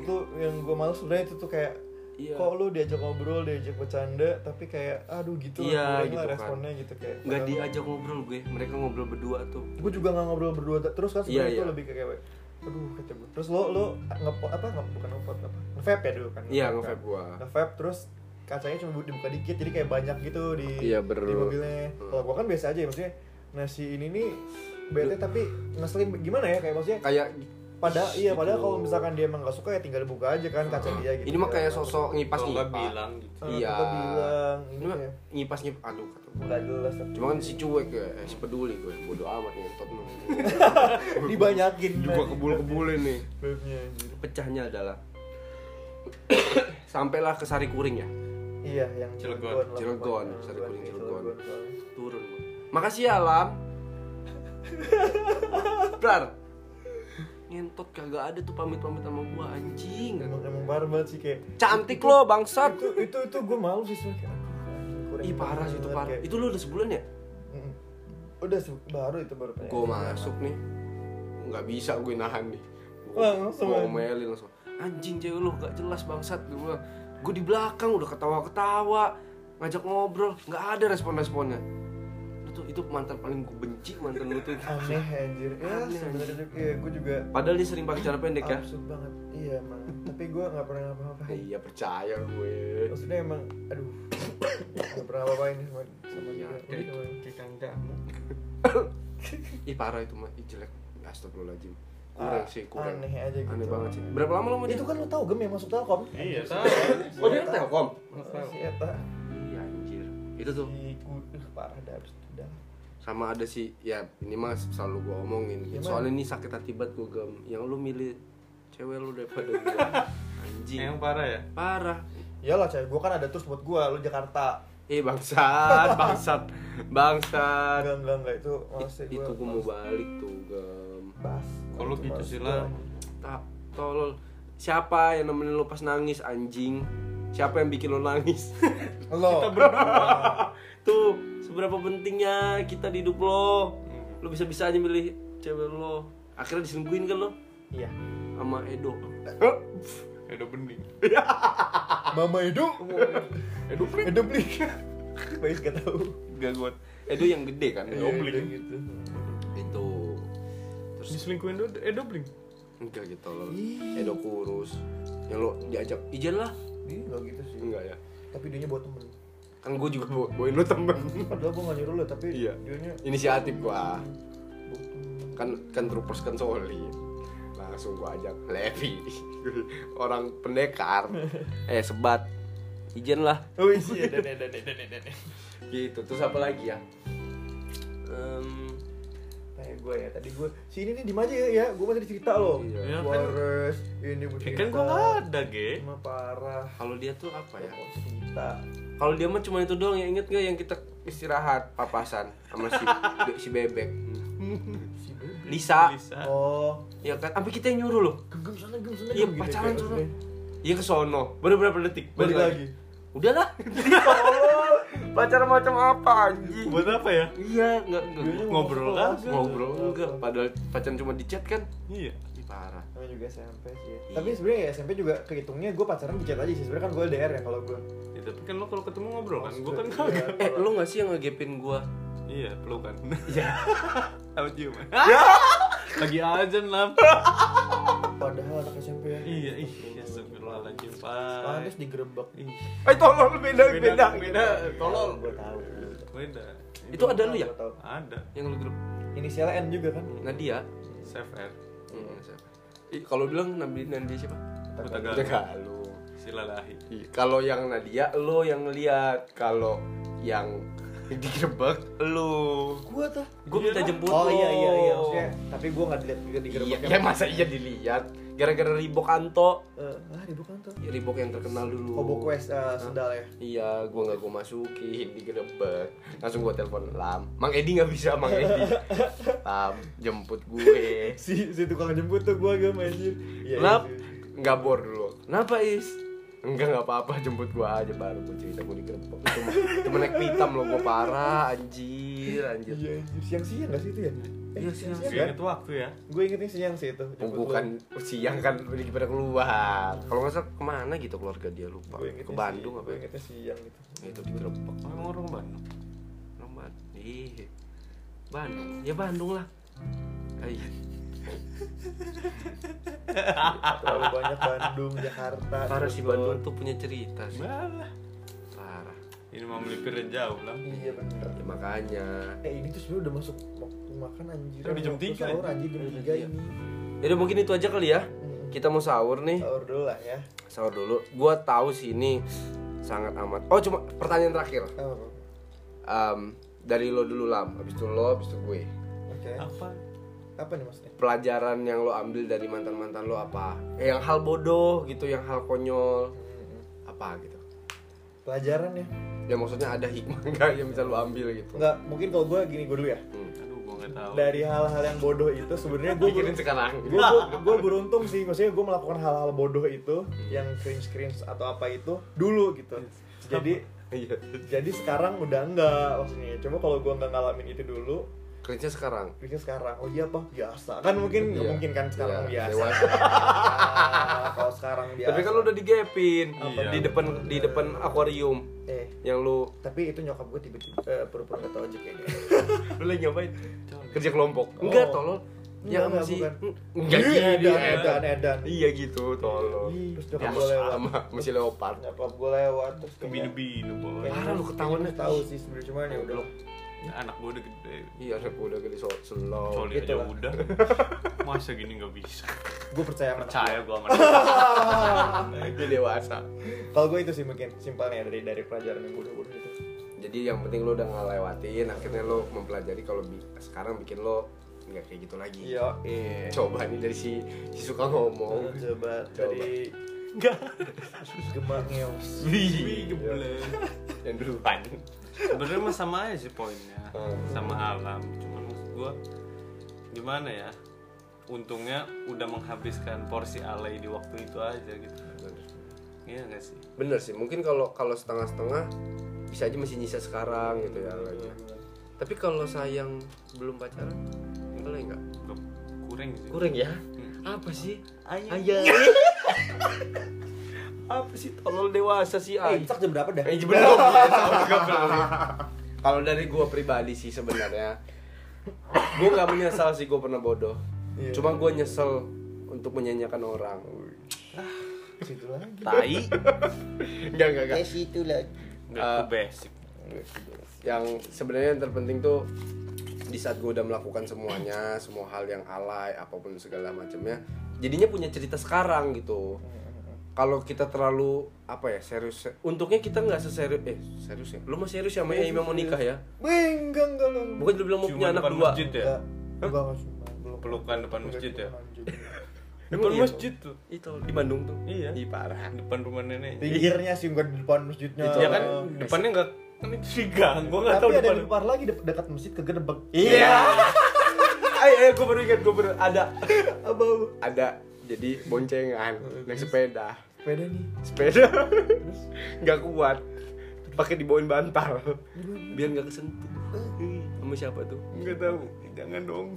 Speaker 2: Itu yang gue males sebenernya itu tuh kayak
Speaker 1: Iya.
Speaker 2: Kok lu diajak ngobrol, diajak bercanda, tapi kayak aduh gitu lah,
Speaker 1: Iya,
Speaker 2: kurang lah
Speaker 1: gitu kan.
Speaker 2: responnya gitu kayak
Speaker 1: nggak diajak ngobrol gue mereka ngobrol berdua tuh
Speaker 2: gue juga nggak ngobrol berdua terus kan sebenarnya
Speaker 1: Iya,
Speaker 2: itu
Speaker 1: iya.
Speaker 2: lebih ke kayak aduh kata gue terus lo lo ngepo apa nge, bukan ngepot apa ngevape ya dulu kan
Speaker 1: Iya,
Speaker 2: Ngevape
Speaker 1: ngevape
Speaker 2: kan?
Speaker 1: gua.
Speaker 2: Ngevape, terus kacanya cuma bu- dibuka dikit jadi kayak banyak gitu di
Speaker 1: Iya, Hmm. ber-
Speaker 2: di mobilnya kalau gua kan biasa aja ya maksudnya nasi ini nih bete tapi ngeselin gimana ya kayak maksudnya
Speaker 1: kayak gitu.
Speaker 2: pada iya padahal kalau misalkan dia emang gak suka ya tinggal dibuka aja kan kaca dia gitu
Speaker 1: ini mah
Speaker 2: ya.
Speaker 1: kayak sosok ngipas
Speaker 5: Kalau nggak
Speaker 1: ngipas
Speaker 5: bilang gitu.
Speaker 2: Eh,
Speaker 1: iya
Speaker 2: atau bilang,
Speaker 1: ini
Speaker 2: ini
Speaker 1: mah
Speaker 2: ya.
Speaker 1: ngipas ngipas aduh kata gue
Speaker 2: nggak jelas tapi
Speaker 1: cuma kan si cuek ya eh, si peduli gue bodo amat ngentot lu
Speaker 2: dibanyakin kan.
Speaker 1: juga kebul kebulin nih
Speaker 2: Vape-nya, anjir.
Speaker 1: pecahnya adalah Sampailah ke Sari Kuring ya.
Speaker 2: Iya, yang
Speaker 3: Cilegon.
Speaker 2: lah,
Speaker 1: Cilegon,
Speaker 2: pokoknya.
Speaker 1: sorry, kuning
Speaker 2: kayak
Speaker 1: Cilegon.
Speaker 2: soalnya.
Speaker 1: Turun. gua. Makasih ya Alam. Brar. Ngentot kagak ada tuh pamit-pamit sama gua anjing.
Speaker 2: Emang emang parah banget sih kayak.
Speaker 1: Cantik lo bangsat.
Speaker 2: Itu itu itu gue malu sih sebenernya. Kayak, aduh, anjing, kurang
Speaker 1: Ih parah sih itu
Speaker 2: banget,
Speaker 1: parah.
Speaker 2: kayak,
Speaker 1: Itu lu udah sebulan ya?
Speaker 2: mm, Udah se- baru itu baru pengen.
Speaker 1: Gue masuk nih. Nggak bisa gue nahan nih.
Speaker 2: Langsung
Speaker 1: Gue
Speaker 2: aja.
Speaker 1: omelin langsung. Anjing cewek lu gak jelas bangsat gue. Gue di belakang udah ketawa-ketawa, ngajak ngobrol, nggak ada respon-responnya. Itu itu mantan paling gue benci mantan lu tuh.
Speaker 2: Aneh anjir. Ya
Speaker 1: Aneh,
Speaker 2: sebenarnya juga- iya, gue juga
Speaker 1: Padahal dia sering pakai cara pendek ya.
Speaker 2: absurd banget. Iya emang. Tapi gue nggak pernah ngapa-ngapain.
Speaker 1: Iya percaya gue.
Speaker 2: Maksudnya emang, aduh, nggak pernah ngapa-ngapain nih sama
Speaker 1: Iya,
Speaker 2: sama dia. gitu. Udah, sama dia.
Speaker 1: Ih parah itu mah, Ih, jelek. Astagfirullahaladzim. Kurang
Speaker 2: Ah,
Speaker 1: sih, kurang.
Speaker 2: Aneh aja gitu.
Speaker 1: Aneh banget sih. Berapa lama lo mau dia?
Speaker 2: Itu kan lo tau gem yang masuk telkom.
Speaker 3: Iya, tahu.
Speaker 1: Oh dia telkom.
Speaker 2: Si Eta.
Speaker 1: Iya anjir.
Speaker 3: Gitu.
Speaker 1: Itu tuh.
Speaker 2: Si Kuduh, parah dah abis itu dah.
Speaker 1: sama ada sih ya ini mah selalu gua omongin gitu.
Speaker 2: Gimana?
Speaker 1: soalnya ini sakit hati banget gua gem yang lu milih cewek lu daripada gua anjing
Speaker 3: Yang parah ya?
Speaker 1: parah
Speaker 2: Iyalah cewek gue kan ada terus buat gue, lo Jakarta.
Speaker 1: eh bangsat bangsat bangsat
Speaker 2: Enggak enggak enggak itu masih
Speaker 1: itu gua mau balik tuh gem
Speaker 2: Bas.
Speaker 3: Kalau
Speaker 2: Itu
Speaker 3: gitu
Speaker 2: males
Speaker 3: sih
Speaker 2: gua.
Speaker 3: lah.
Speaker 1: tak tolol siapa yang nemenin lu pas nangis anjing siapa yang bikin lu nangis
Speaker 2: Lo.
Speaker 1: tuh seberapa pentingnya kita di hidup lo lu bisa bisa aja milih cewek lo akhirnya diselingkuhin kan lo
Speaker 2: Iya.
Speaker 1: sama Edo
Speaker 3: Edo bening.
Speaker 2: Mama Edo.
Speaker 1: Edo Prik.
Speaker 2: Edo beli. Baik gak tau.
Speaker 1: Gak gue Edo yang gede kan
Speaker 2: Iya,
Speaker 3: Dobling.
Speaker 2: Edo gitu.
Speaker 1: Eh, Itu Terus
Speaker 3: Diselingkuhin Edo, Edo bening.
Speaker 1: Enggak gitu loh Edo kurus Yang lo diajak Ijen lah
Speaker 2: Ih, nggak gitu sih.
Speaker 1: Enggak ya
Speaker 2: Tapi dia buat temen.
Speaker 1: Kan gue juga bawa- bawain lo temen
Speaker 2: Padahal gue gak nyuruh lo, tapi
Speaker 1: Iya.
Speaker 2: dianya
Speaker 1: Inisiatif gua Kan kan troopers kan soli Langsung gua ajak Levi Orang pendekar Eh sebat Ijen lah
Speaker 2: Oh iya, dan
Speaker 1: Gitu Terus apa lagi ya Em,
Speaker 2: Kayak gue ya, tadi gue sini nih di aja ya, gue masih cerita lo
Speaker 1: Iya.
Speaker 2: Wares, ini buat
Speaker 3: Ya kan gua nggak ada, Ge.
Speaker 2: Cuma parah
Speaker 1: Kalau dia tuh apa ya
Speaker 2: Kok Oh, cerita
Speaker 1: Kalau dia mah cuma itu doang ya inget gak yang kita istirahat papasan sama si be- si bebek.
Speaker 2: Si Bebe.
Speaker 1: Lisa.
Speaker 3: Lisa.
Speaker 2: Oh,
Speaker 1: Ya kan, sampai kita yang nyuruh loh.
Speaker 2: genggam sana, genggam sana
Speaker 1: Iya
Speaker 2: genggam gitu
Speaker 1: pacaran
Speaker 2: ya,
Speaker 1: tuh.
Speaker 2: maksudnya.
Speaker 1: Iya ke sono. Baru berapa detik?
Speaker 2: Balik lagi
Speaker 1: Udahlah. Pacaran Ya macam apa anjing?
Speaker 3: Buat apa ya?
Speaker 1: Iya, enggak enggak
Speaker 2: Dianya mau ngobrol
Speaker 3: Ngobrol
Speaker 2: Iya.
Speaker 3: aja.
Speaker 1: kan? ngobrol
Speaker 2: Ngobrol.
Speaker 1: enggak. Padahal pacaran cuma di chat kan.
Speaker 3: Iya.
Speaker 1: Ih, parah.
Speaker 2: Namanya juga SMP sih ya.
Speaker 1: Iya.
Speaker 2: Tapi sebenarnya ya SMP juga kehitungnya gue pacaran di chat aja sih sebenarnya kan gue LDR ya kalau gue
Speaker 3: Ya, tapi kan lo kalau ketemu ngobrol kan, gua kan
Speaker 2: Iya,
Speaker 3: kagak.
Speaker 1: Eh,
Speaker 2: kalau-
Speaker 1: lu enggak sih yang ngegepin gua?
Speaker 3: Iya, pelukan. Iya. Sama ciuman. Lagi aja lah.
Speaker 2: Padahal anak SMP ya
Speaker 3: Iya, ih, ya astagfirullahaladzim,
Speaker 2: Pantes
Speaker 3: Pak.
Speaker 2: digerebek
Speaker 3: Ih,
Speaker 1: Eh, tolong beda
Speaker 3: Beda, beda,
Speaker 2: Tolong Gue tau
Speaker 3: beda.
Speaker 1: Itu ada lu ya? Iya.
Speaker 2: Gua tahu.
Speaker 3: Ada.
Speaker 1: Yang lu grup
Speaker 2: Inisialnya N juga kan
Speaker 1: Nadia.
Speaker 3: Safe air.
Speaker 1: Hmm, siapa? Ih, kalau bilang Nabi Nadia siapa?
Speaker 3: Butaga.
Speaker 1: lu.
Speaker 3: Silalahi.
Speaker 1: Iya, Kalau yang Nadia, lo yang lihat. Kalau yang digerebek, lo.
Speaker 2: Gue tuh
Speaker 1: Gue minta jemput
Speaker 2: Oh
Speaker 1: lo.
Speaker 2: iya iya iya maksudnya Tapi gue gak dilihat juga
Speaker 1: Iya,
Speaker 2: digerebek
Speaker 1: ya masa iya dilihat. Gara-gara Ribok Anto.
Speaker 2: Eh, ah di bukan tuh
Speaker 1: Ya, Ribok yang terkenal dulu.
Speaker 2: Kobo Quest eh, sendal ya
Speaker 1: Iya, gue nggak gue masukin digerebek. Langsung gue telepon Lam. Mang Edi nggak bisa, Mang Edi. Lam, jemput gue.
Speaker 2: si si tukang jemput tuh gue gak anjir Iya,
Speaker 1: Lap,
Speaker 2: iya, sih.
Speaker 1: nggak bor dulu. Kenapa Is? Enggak nggak apa-apa jemput gua aja baru gua cerita gua digerebek. Itu mah- Itu mah naik pitam lo gua parah anjir anjir.
Speaker 2: Iya anjir. siang-siang gak sih itu ya
Speaker 1: Iya,
Speaker 2: kan?
Speaker 3: Ingat waktu ya.
Speaker 2: Gue ingetnya siang sih itu jemput lo.
Speaker 1: Oh, Bukan siang kan pergi pada keluar. Kalau nggak salah kemana gitu keluarga dia lupa.
Speaker 2: Gua ingetnya
Speaker 1: Ke Bandung
Speaker 2: si-
Speaker 1: apa?
Speaker 2: gua
Speaker 1: ya?
Speaker 2: ingetnya siang gitu
Speaker 1: Ya, Itu digerebek.
Speaker 3: Orang orang Bandung.
Speaker 1: Rombad. Ih. Bandung. Ya Bandung lah. Iya.
Speaker 2: terlalu banyak Bandung Jakarta
Speaker 1: Parah si
Speaker 2: Cilegon.
Speaker 1: Bandung tuh punya cerita sih.
Speaker 3: Malah.
Speaker 1: Parah.
Speaker 3: Ini mau melipir jauh lah.
Speaker 2: iya bener
Speaker 1: Ya makanya.
Speaker 2: eh ini tuh sebenarnya udah masuk waktu makan anjir
Speaker 3: Udah jam
Speaker 2: Waktu
Speaker 3: tiga,
Speaker 2: sahur anjir jam
Speaker 1: Udah jam
Speaker 2: 3
Speaker 1: tiga.
Speaker 2: ini
Speaker 1: Ya udah mungkin itu aja kali ya. Kita mau sahur nih.
Speaker 2: sahur dulu lah ya
Speaker 1: sahur dulu. Gua tahu sih ini sangat amat. Oh cuma pertanyaan terakhir.
Speaker 2: Oh,
Speaker 1: Em, dari lo dulu lam, habis itu lo, habis itu gue.
Speaker 2: oke
Speaker 3: Apa?
Speaker 2: Eh, apa nih maksudnya
Speaker 1: pelajaran yang lo ambil dari mantan mantan lo apa Eh, yang hal bodoh gitu yang hal konyol apa gitu
Speaker 2: Hmm, pelajaran ya
Speaker 1: ya maksudnya ada hikmah nggak yang bisa lo ambil gitu Hmm.
Speaker 2: nggak mungkin kalau gue gini gue dulu ya
Speaker 3: Aduh, gua nggak tahu.
Speaker 2: dari hal-hal yang bodoh itu sebenarnya gue
Speaker 1: pikirin sekarang
Speaker 2: gue gue beruntung sih maksudnya gue melakukan hal-hal bodoh itu yang cringe cringe atau apa itu dulu gitu jadi
Speaker 1: iya
Speaker 2: jadi sekarang udah enggak maksudnya coba kalau gue nggak ngalamin itu dulu
Speaker 1: cringe sekarang
Speaker 2: bikin sekarang oh iya pak biasa kan mungkin nggak
Speaker 1: Iya.
Speaker 2: mungkin kan sekarang
Speaker 1: Iya,
Speaker 2: biasa
Speaker 1: dewasa.
Speaker 2: Ah, kalau sekarang biasa
Speaker 1: tapi kan lo udah digepin
Speaker 3: Iya.
Speaker 1: di depan di depan akuarium
Speaker 2: eh
Speaker 1: yang lo
Speaker 2: tapi itu nyokap gue tiba-tiba eh, pura-pura nggak tahu aja kayaknya
Speaker 1: lu lagi ngapain kerja kelompok
Speaker 2: Oh.
Speaker 1: enggak tolol ya
Speaker 2: Enggak,
Speaker 1: masih
Speaker 2: enggak,
Speaker 1: enggak
Speaker 2: Iya,
Speaker 1: gini Ed.
Speaker 2: edan, edan, edan.
Speaker 1: iya gitu tolol
Speaker 2: Ih,
Speaker 1: ya
Speaker 2: terus nyokap gue lewat
Speaker 1: sama masih leopard
Speaker 2: nyokap gue lewat terus kayak-
Speaker 3: Bini-bini, boy.
Speaker 2: kayaknya-
Speaker 1: Parah lu ketahuannya.
Speaker 2: kayaknya tahu sih sebenarnya cuman ya udah
Speaker 3: Anak gua udah gede.
Speaker 1: iya anak gua udah gede so slow
Speaker 3: Coli
Speaker 2: gitu
Speaker 3: aja
Speaker 2: lah.
Speaker 3: udah. Masa gini nggak bisa?
Speaker 2: gue percaya sama anak
Speaker 3: Percaya gua sama dia.
Speaker 1: dia dewasa
Speaker 2: kalau gue itu sih mungkin simpelnya dari dari pelajaran yang bodoh-bodoh itu
Speaker 1: jadi yang penting lo udah ngelewatin akhirnya lo mempelajari kalau bi- sekarang bikin lo nggak kayak gitu lagi
Speaker 2: iya
Speaker 1: coba nih dari si, si suka ngomong
Speaker 2: coba dari
Speaker 3: Enggak.
Speaker 2: gemak ngeos
Speaker 1: Iya.
Speaker 3: Wih, geblek.
Speaker 1: yang duluan
Speaker 3: Sebenarnya mah sama aja sih poinnya.
Speaker 1: Hmm.
Speaker 3: Sama alam, cuman maksud gua gimana ya? Untungnya udah menghabiskan porsi alay di waktu itu aja gitu. Iya nggak sih?
Speaker 1: bener sih mungkin kalau kalau setengah-setengah bisa aja masih nyisa sekarang gitu ya alanya. tapi kalau sayang belum pacaran boleh nggak
Speaker 3: Ke- Kurang sih. Hmm.
Speaker 1: kurang ya apa sih
Speaker 3: Ayah.
Speaker 2: Ya,
Speaker 1: ayah apa sih tolol dewasa sih
Speaker 2: eh
Speaker 1: ay
Speaker 2: imsak jam berapa dah
Speaker 1: Eh, belum, ya, tahu juga belum. kalau dari gua pribadi sih sebenarnya gua nggak menyesal sih gua pernah bodoh
Speaker 2: Iya.
Speaker 1: cuma gua nyesel untuk menyanyikan orang
Speaker 2: situ lagi
Speaker 3: Tai.
Speaker 1: enggak enggak enggak
Speaker 2: situ lagi
Speaker 3: Nggak
Speaker 1: Eh,
Speaker 3: ke basic.
Speaker 1: yang sebenarnya yang terpenting tuh di saat gue udah melakukan semuanya semua hal yang alay apapun segala macamnya jadinya punya cerita sekarang gitu kalau kita terlalu apa ya serius untungnya kita nggak seserius eh serius ya lu mah serius sama yang mau nikah ya
Speaker 2: Beng, enggak, enggak, enggak.
Speaker 1: bukan lu bilang mau punya
Speaker 3: Ciuman
Speaker 1: anak
Speaker 3: depan
Speaker 1: dua
Speaker 3: masjid ya?
Speaker 2: Enggak, enggak, enggak, belum.
Speaker 3: Pelukan depan
Speaker 2: Enggak,
Speaker 3: masjid ya?
Speaker 2: lanjut.
Speaker 3: Depan
Speaker 1: Emang iya?
Speaker 3: masjid tuh.
Speaker 1: itu di Bandung tuh
Speaker 3: Iya.
Speaker 1: Ih, parah
Speaker 3: Depan rumah nenek.
Speaker 2: Pinggirnya sih bukan di depan masjidnya.
Speaker 3: Ya kan depannya nggak kan itu di gang. Gua nggak
Speaker 2: Tapi
Speaker 3: tahu
Speaker 2: ada
Speaker 3: depan. Iya.
Speaker 2: di luar lagi de- dekat masjid ke gerbek.
Speaker 1: Iya. eh eh gue baru ingat gue baru ada
Speaker 2: Apa?
Speaker 1: ada jadi boncengan naik sepeda
Speaker 2: Sepeda nih.
Speaker 1: sepeda nggak kuat pakai dibawain bantal biar nggak kesentuh sama siapa tuh
Speaker 3: Nggak tahu. Jangan dong.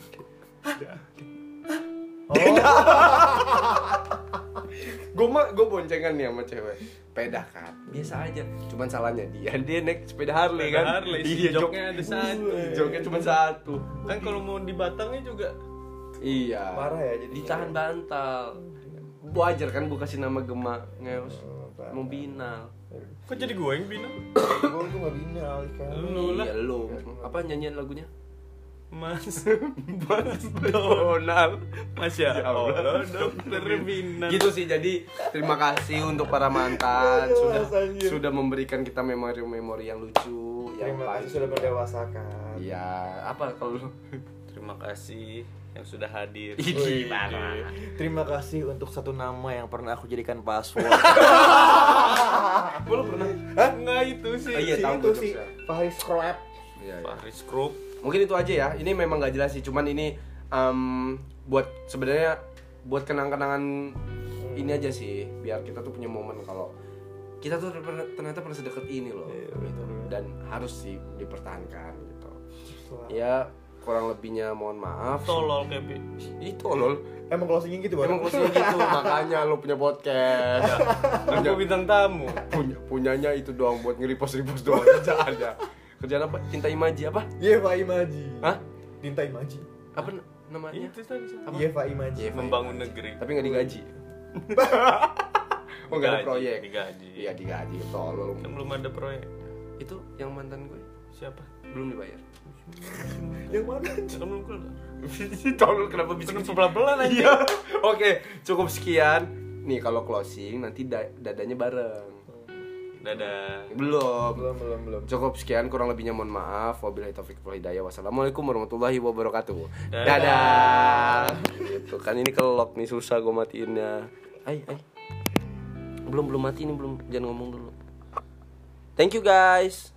Speaker 1: Oh. gue mah gue boncengan nih sama cewek sepeda kan biasa aja cuman salahnya dia dia naik sepeda Harley
Speaker 3: Sepeda
Speaker 1: kan
Speaker 3: Harley, si
Speaker 1: iya jok- Uh,
Speaker 3: joknya ada satu.
Speaker 1: joknya cuma satu
Speaker 3: Kan kalau mau di Batangnya juga
Speaker 1: iya
Speaker 2: Parah ya, jadi-
Speaker 1: ditahan bantal wajar kan gue kasih nama Gema Ngeus mau binal
Speaker 3: kok jadi gue yang bina?
Speaker 2: Gue tuh Oh, enggak bina alih kan.
Speaker 3: Lu lah.
Speaker 1: iya lo apa nyanyian lagunya
Speaker 3: Mas Mas Donald Masya Allah dokter Bina
Speaker 1: gitu sih jadi terima kasih untuk para mantan sudah
Speaker 2: Iya, anjir.
Speaker 1: sudah memberikan kita memori-memori yang lucu yang
Speaker 2: Terima kasih
Speaker 1: pahit.
Speaker 2: sudah mendewasakan.
Speaker 1: ya apa kalau lu
Speaker 3: Terima kasih yang sudah hadir
Speaker 1: Ih, parah.
Speaker 2: Terima kasih untuk satu nama yang pernah aku jadikan password.
Speaker 1: Gua lu pernah
Speaker 3: Enggak itu sih
Speaker 1: Oh, iya,
Speaker 2: Si
Speaker 1: tahu
Speaker 2: itu
Speaker 1: gua
Speaker 2: sih
Speaker 1: jokesnya.
Speaker 2: Fahis Crab.
Speaker 1: Iya, iya.
Speaker 3: Paris Group
Speaker 1: mungkin itu aja ya ini memang gak jelas sih cuman ini em, buat sebenarnya buat kenang-kenangan ini aja sih biar kita tuh punya momen kalau kita tuh ternyata- ternyata pernah sedekat ini loh
Speaker 3: Iya,
Speaker 1: gitu. dan harus sih dipertahankan gitu
Speaker 2: Iya.
Speaker 1: ya kurang lebihnya mohon maaf
Speaker 3: Tolol kayak
Speaker 1: itu tolol
Speaker 2: Emang closingnya gitu
Speaker 1: emang khususnya gitu makanya lo punya
Speaker 3: Iya.
Speaker 1: podcast
Speaker 3: Aku bintang tamu
Speaker 1: punya punyanya itu doang buat nge-repost repost doang kerjaannya kerjaan apa cinta imaji apa
Speaker 2: Iya, Pak Imaji.
Speaker 1: Hah?
Speaker 2: Tinta Imaji.
Speaker 1: apa n- namanya
Speaker 3: Itu tadi
Speaker 1: Apa?
Speaker 2: Iya, Pak Imaji.
Speaker 1: Iya,
Speaker 3: Membangun negeri
Speaker 1: tapi nggak digaji oh nggak ada
Speaker 3: Digaji,
Speaker 1: proyek
Speaker 3: digaji.
Speaker 1: iya digaji tolol
Speaker 3: Kan belum ada proyek
Speaker 1: itu yang mantan gue
Speaker 3: Siapa?
Speaker 1: belum dibayar
Speaker 2: Yang mana?
Speaker 3: Kan belum keluar
Speaker 1: tolol kenapa bisa
Speaker 3: Kan sebelah-belahan aja
Speaker 1: iya Oh. oke cukup sekian nih kalau closing nanti da- dadanya bareng
Speaker 3: dadah
Speaker 1: Belum.
Speaker 2: belum belum belum
Speaker 1: Cukup sekian kurang lebihnya mohon maaf. Wabillahi taufik wal hidayah. Wassalamualaikum warahmatullahi wabarakatuh.
Speaker 3: Dadah.
Speaker 1: Dadah. Gitu kan ini kelok nih susah ya. gue matiinnya. Ai ai. Belum belum mati ini belum jangan ngomong dulu. Thank you guys.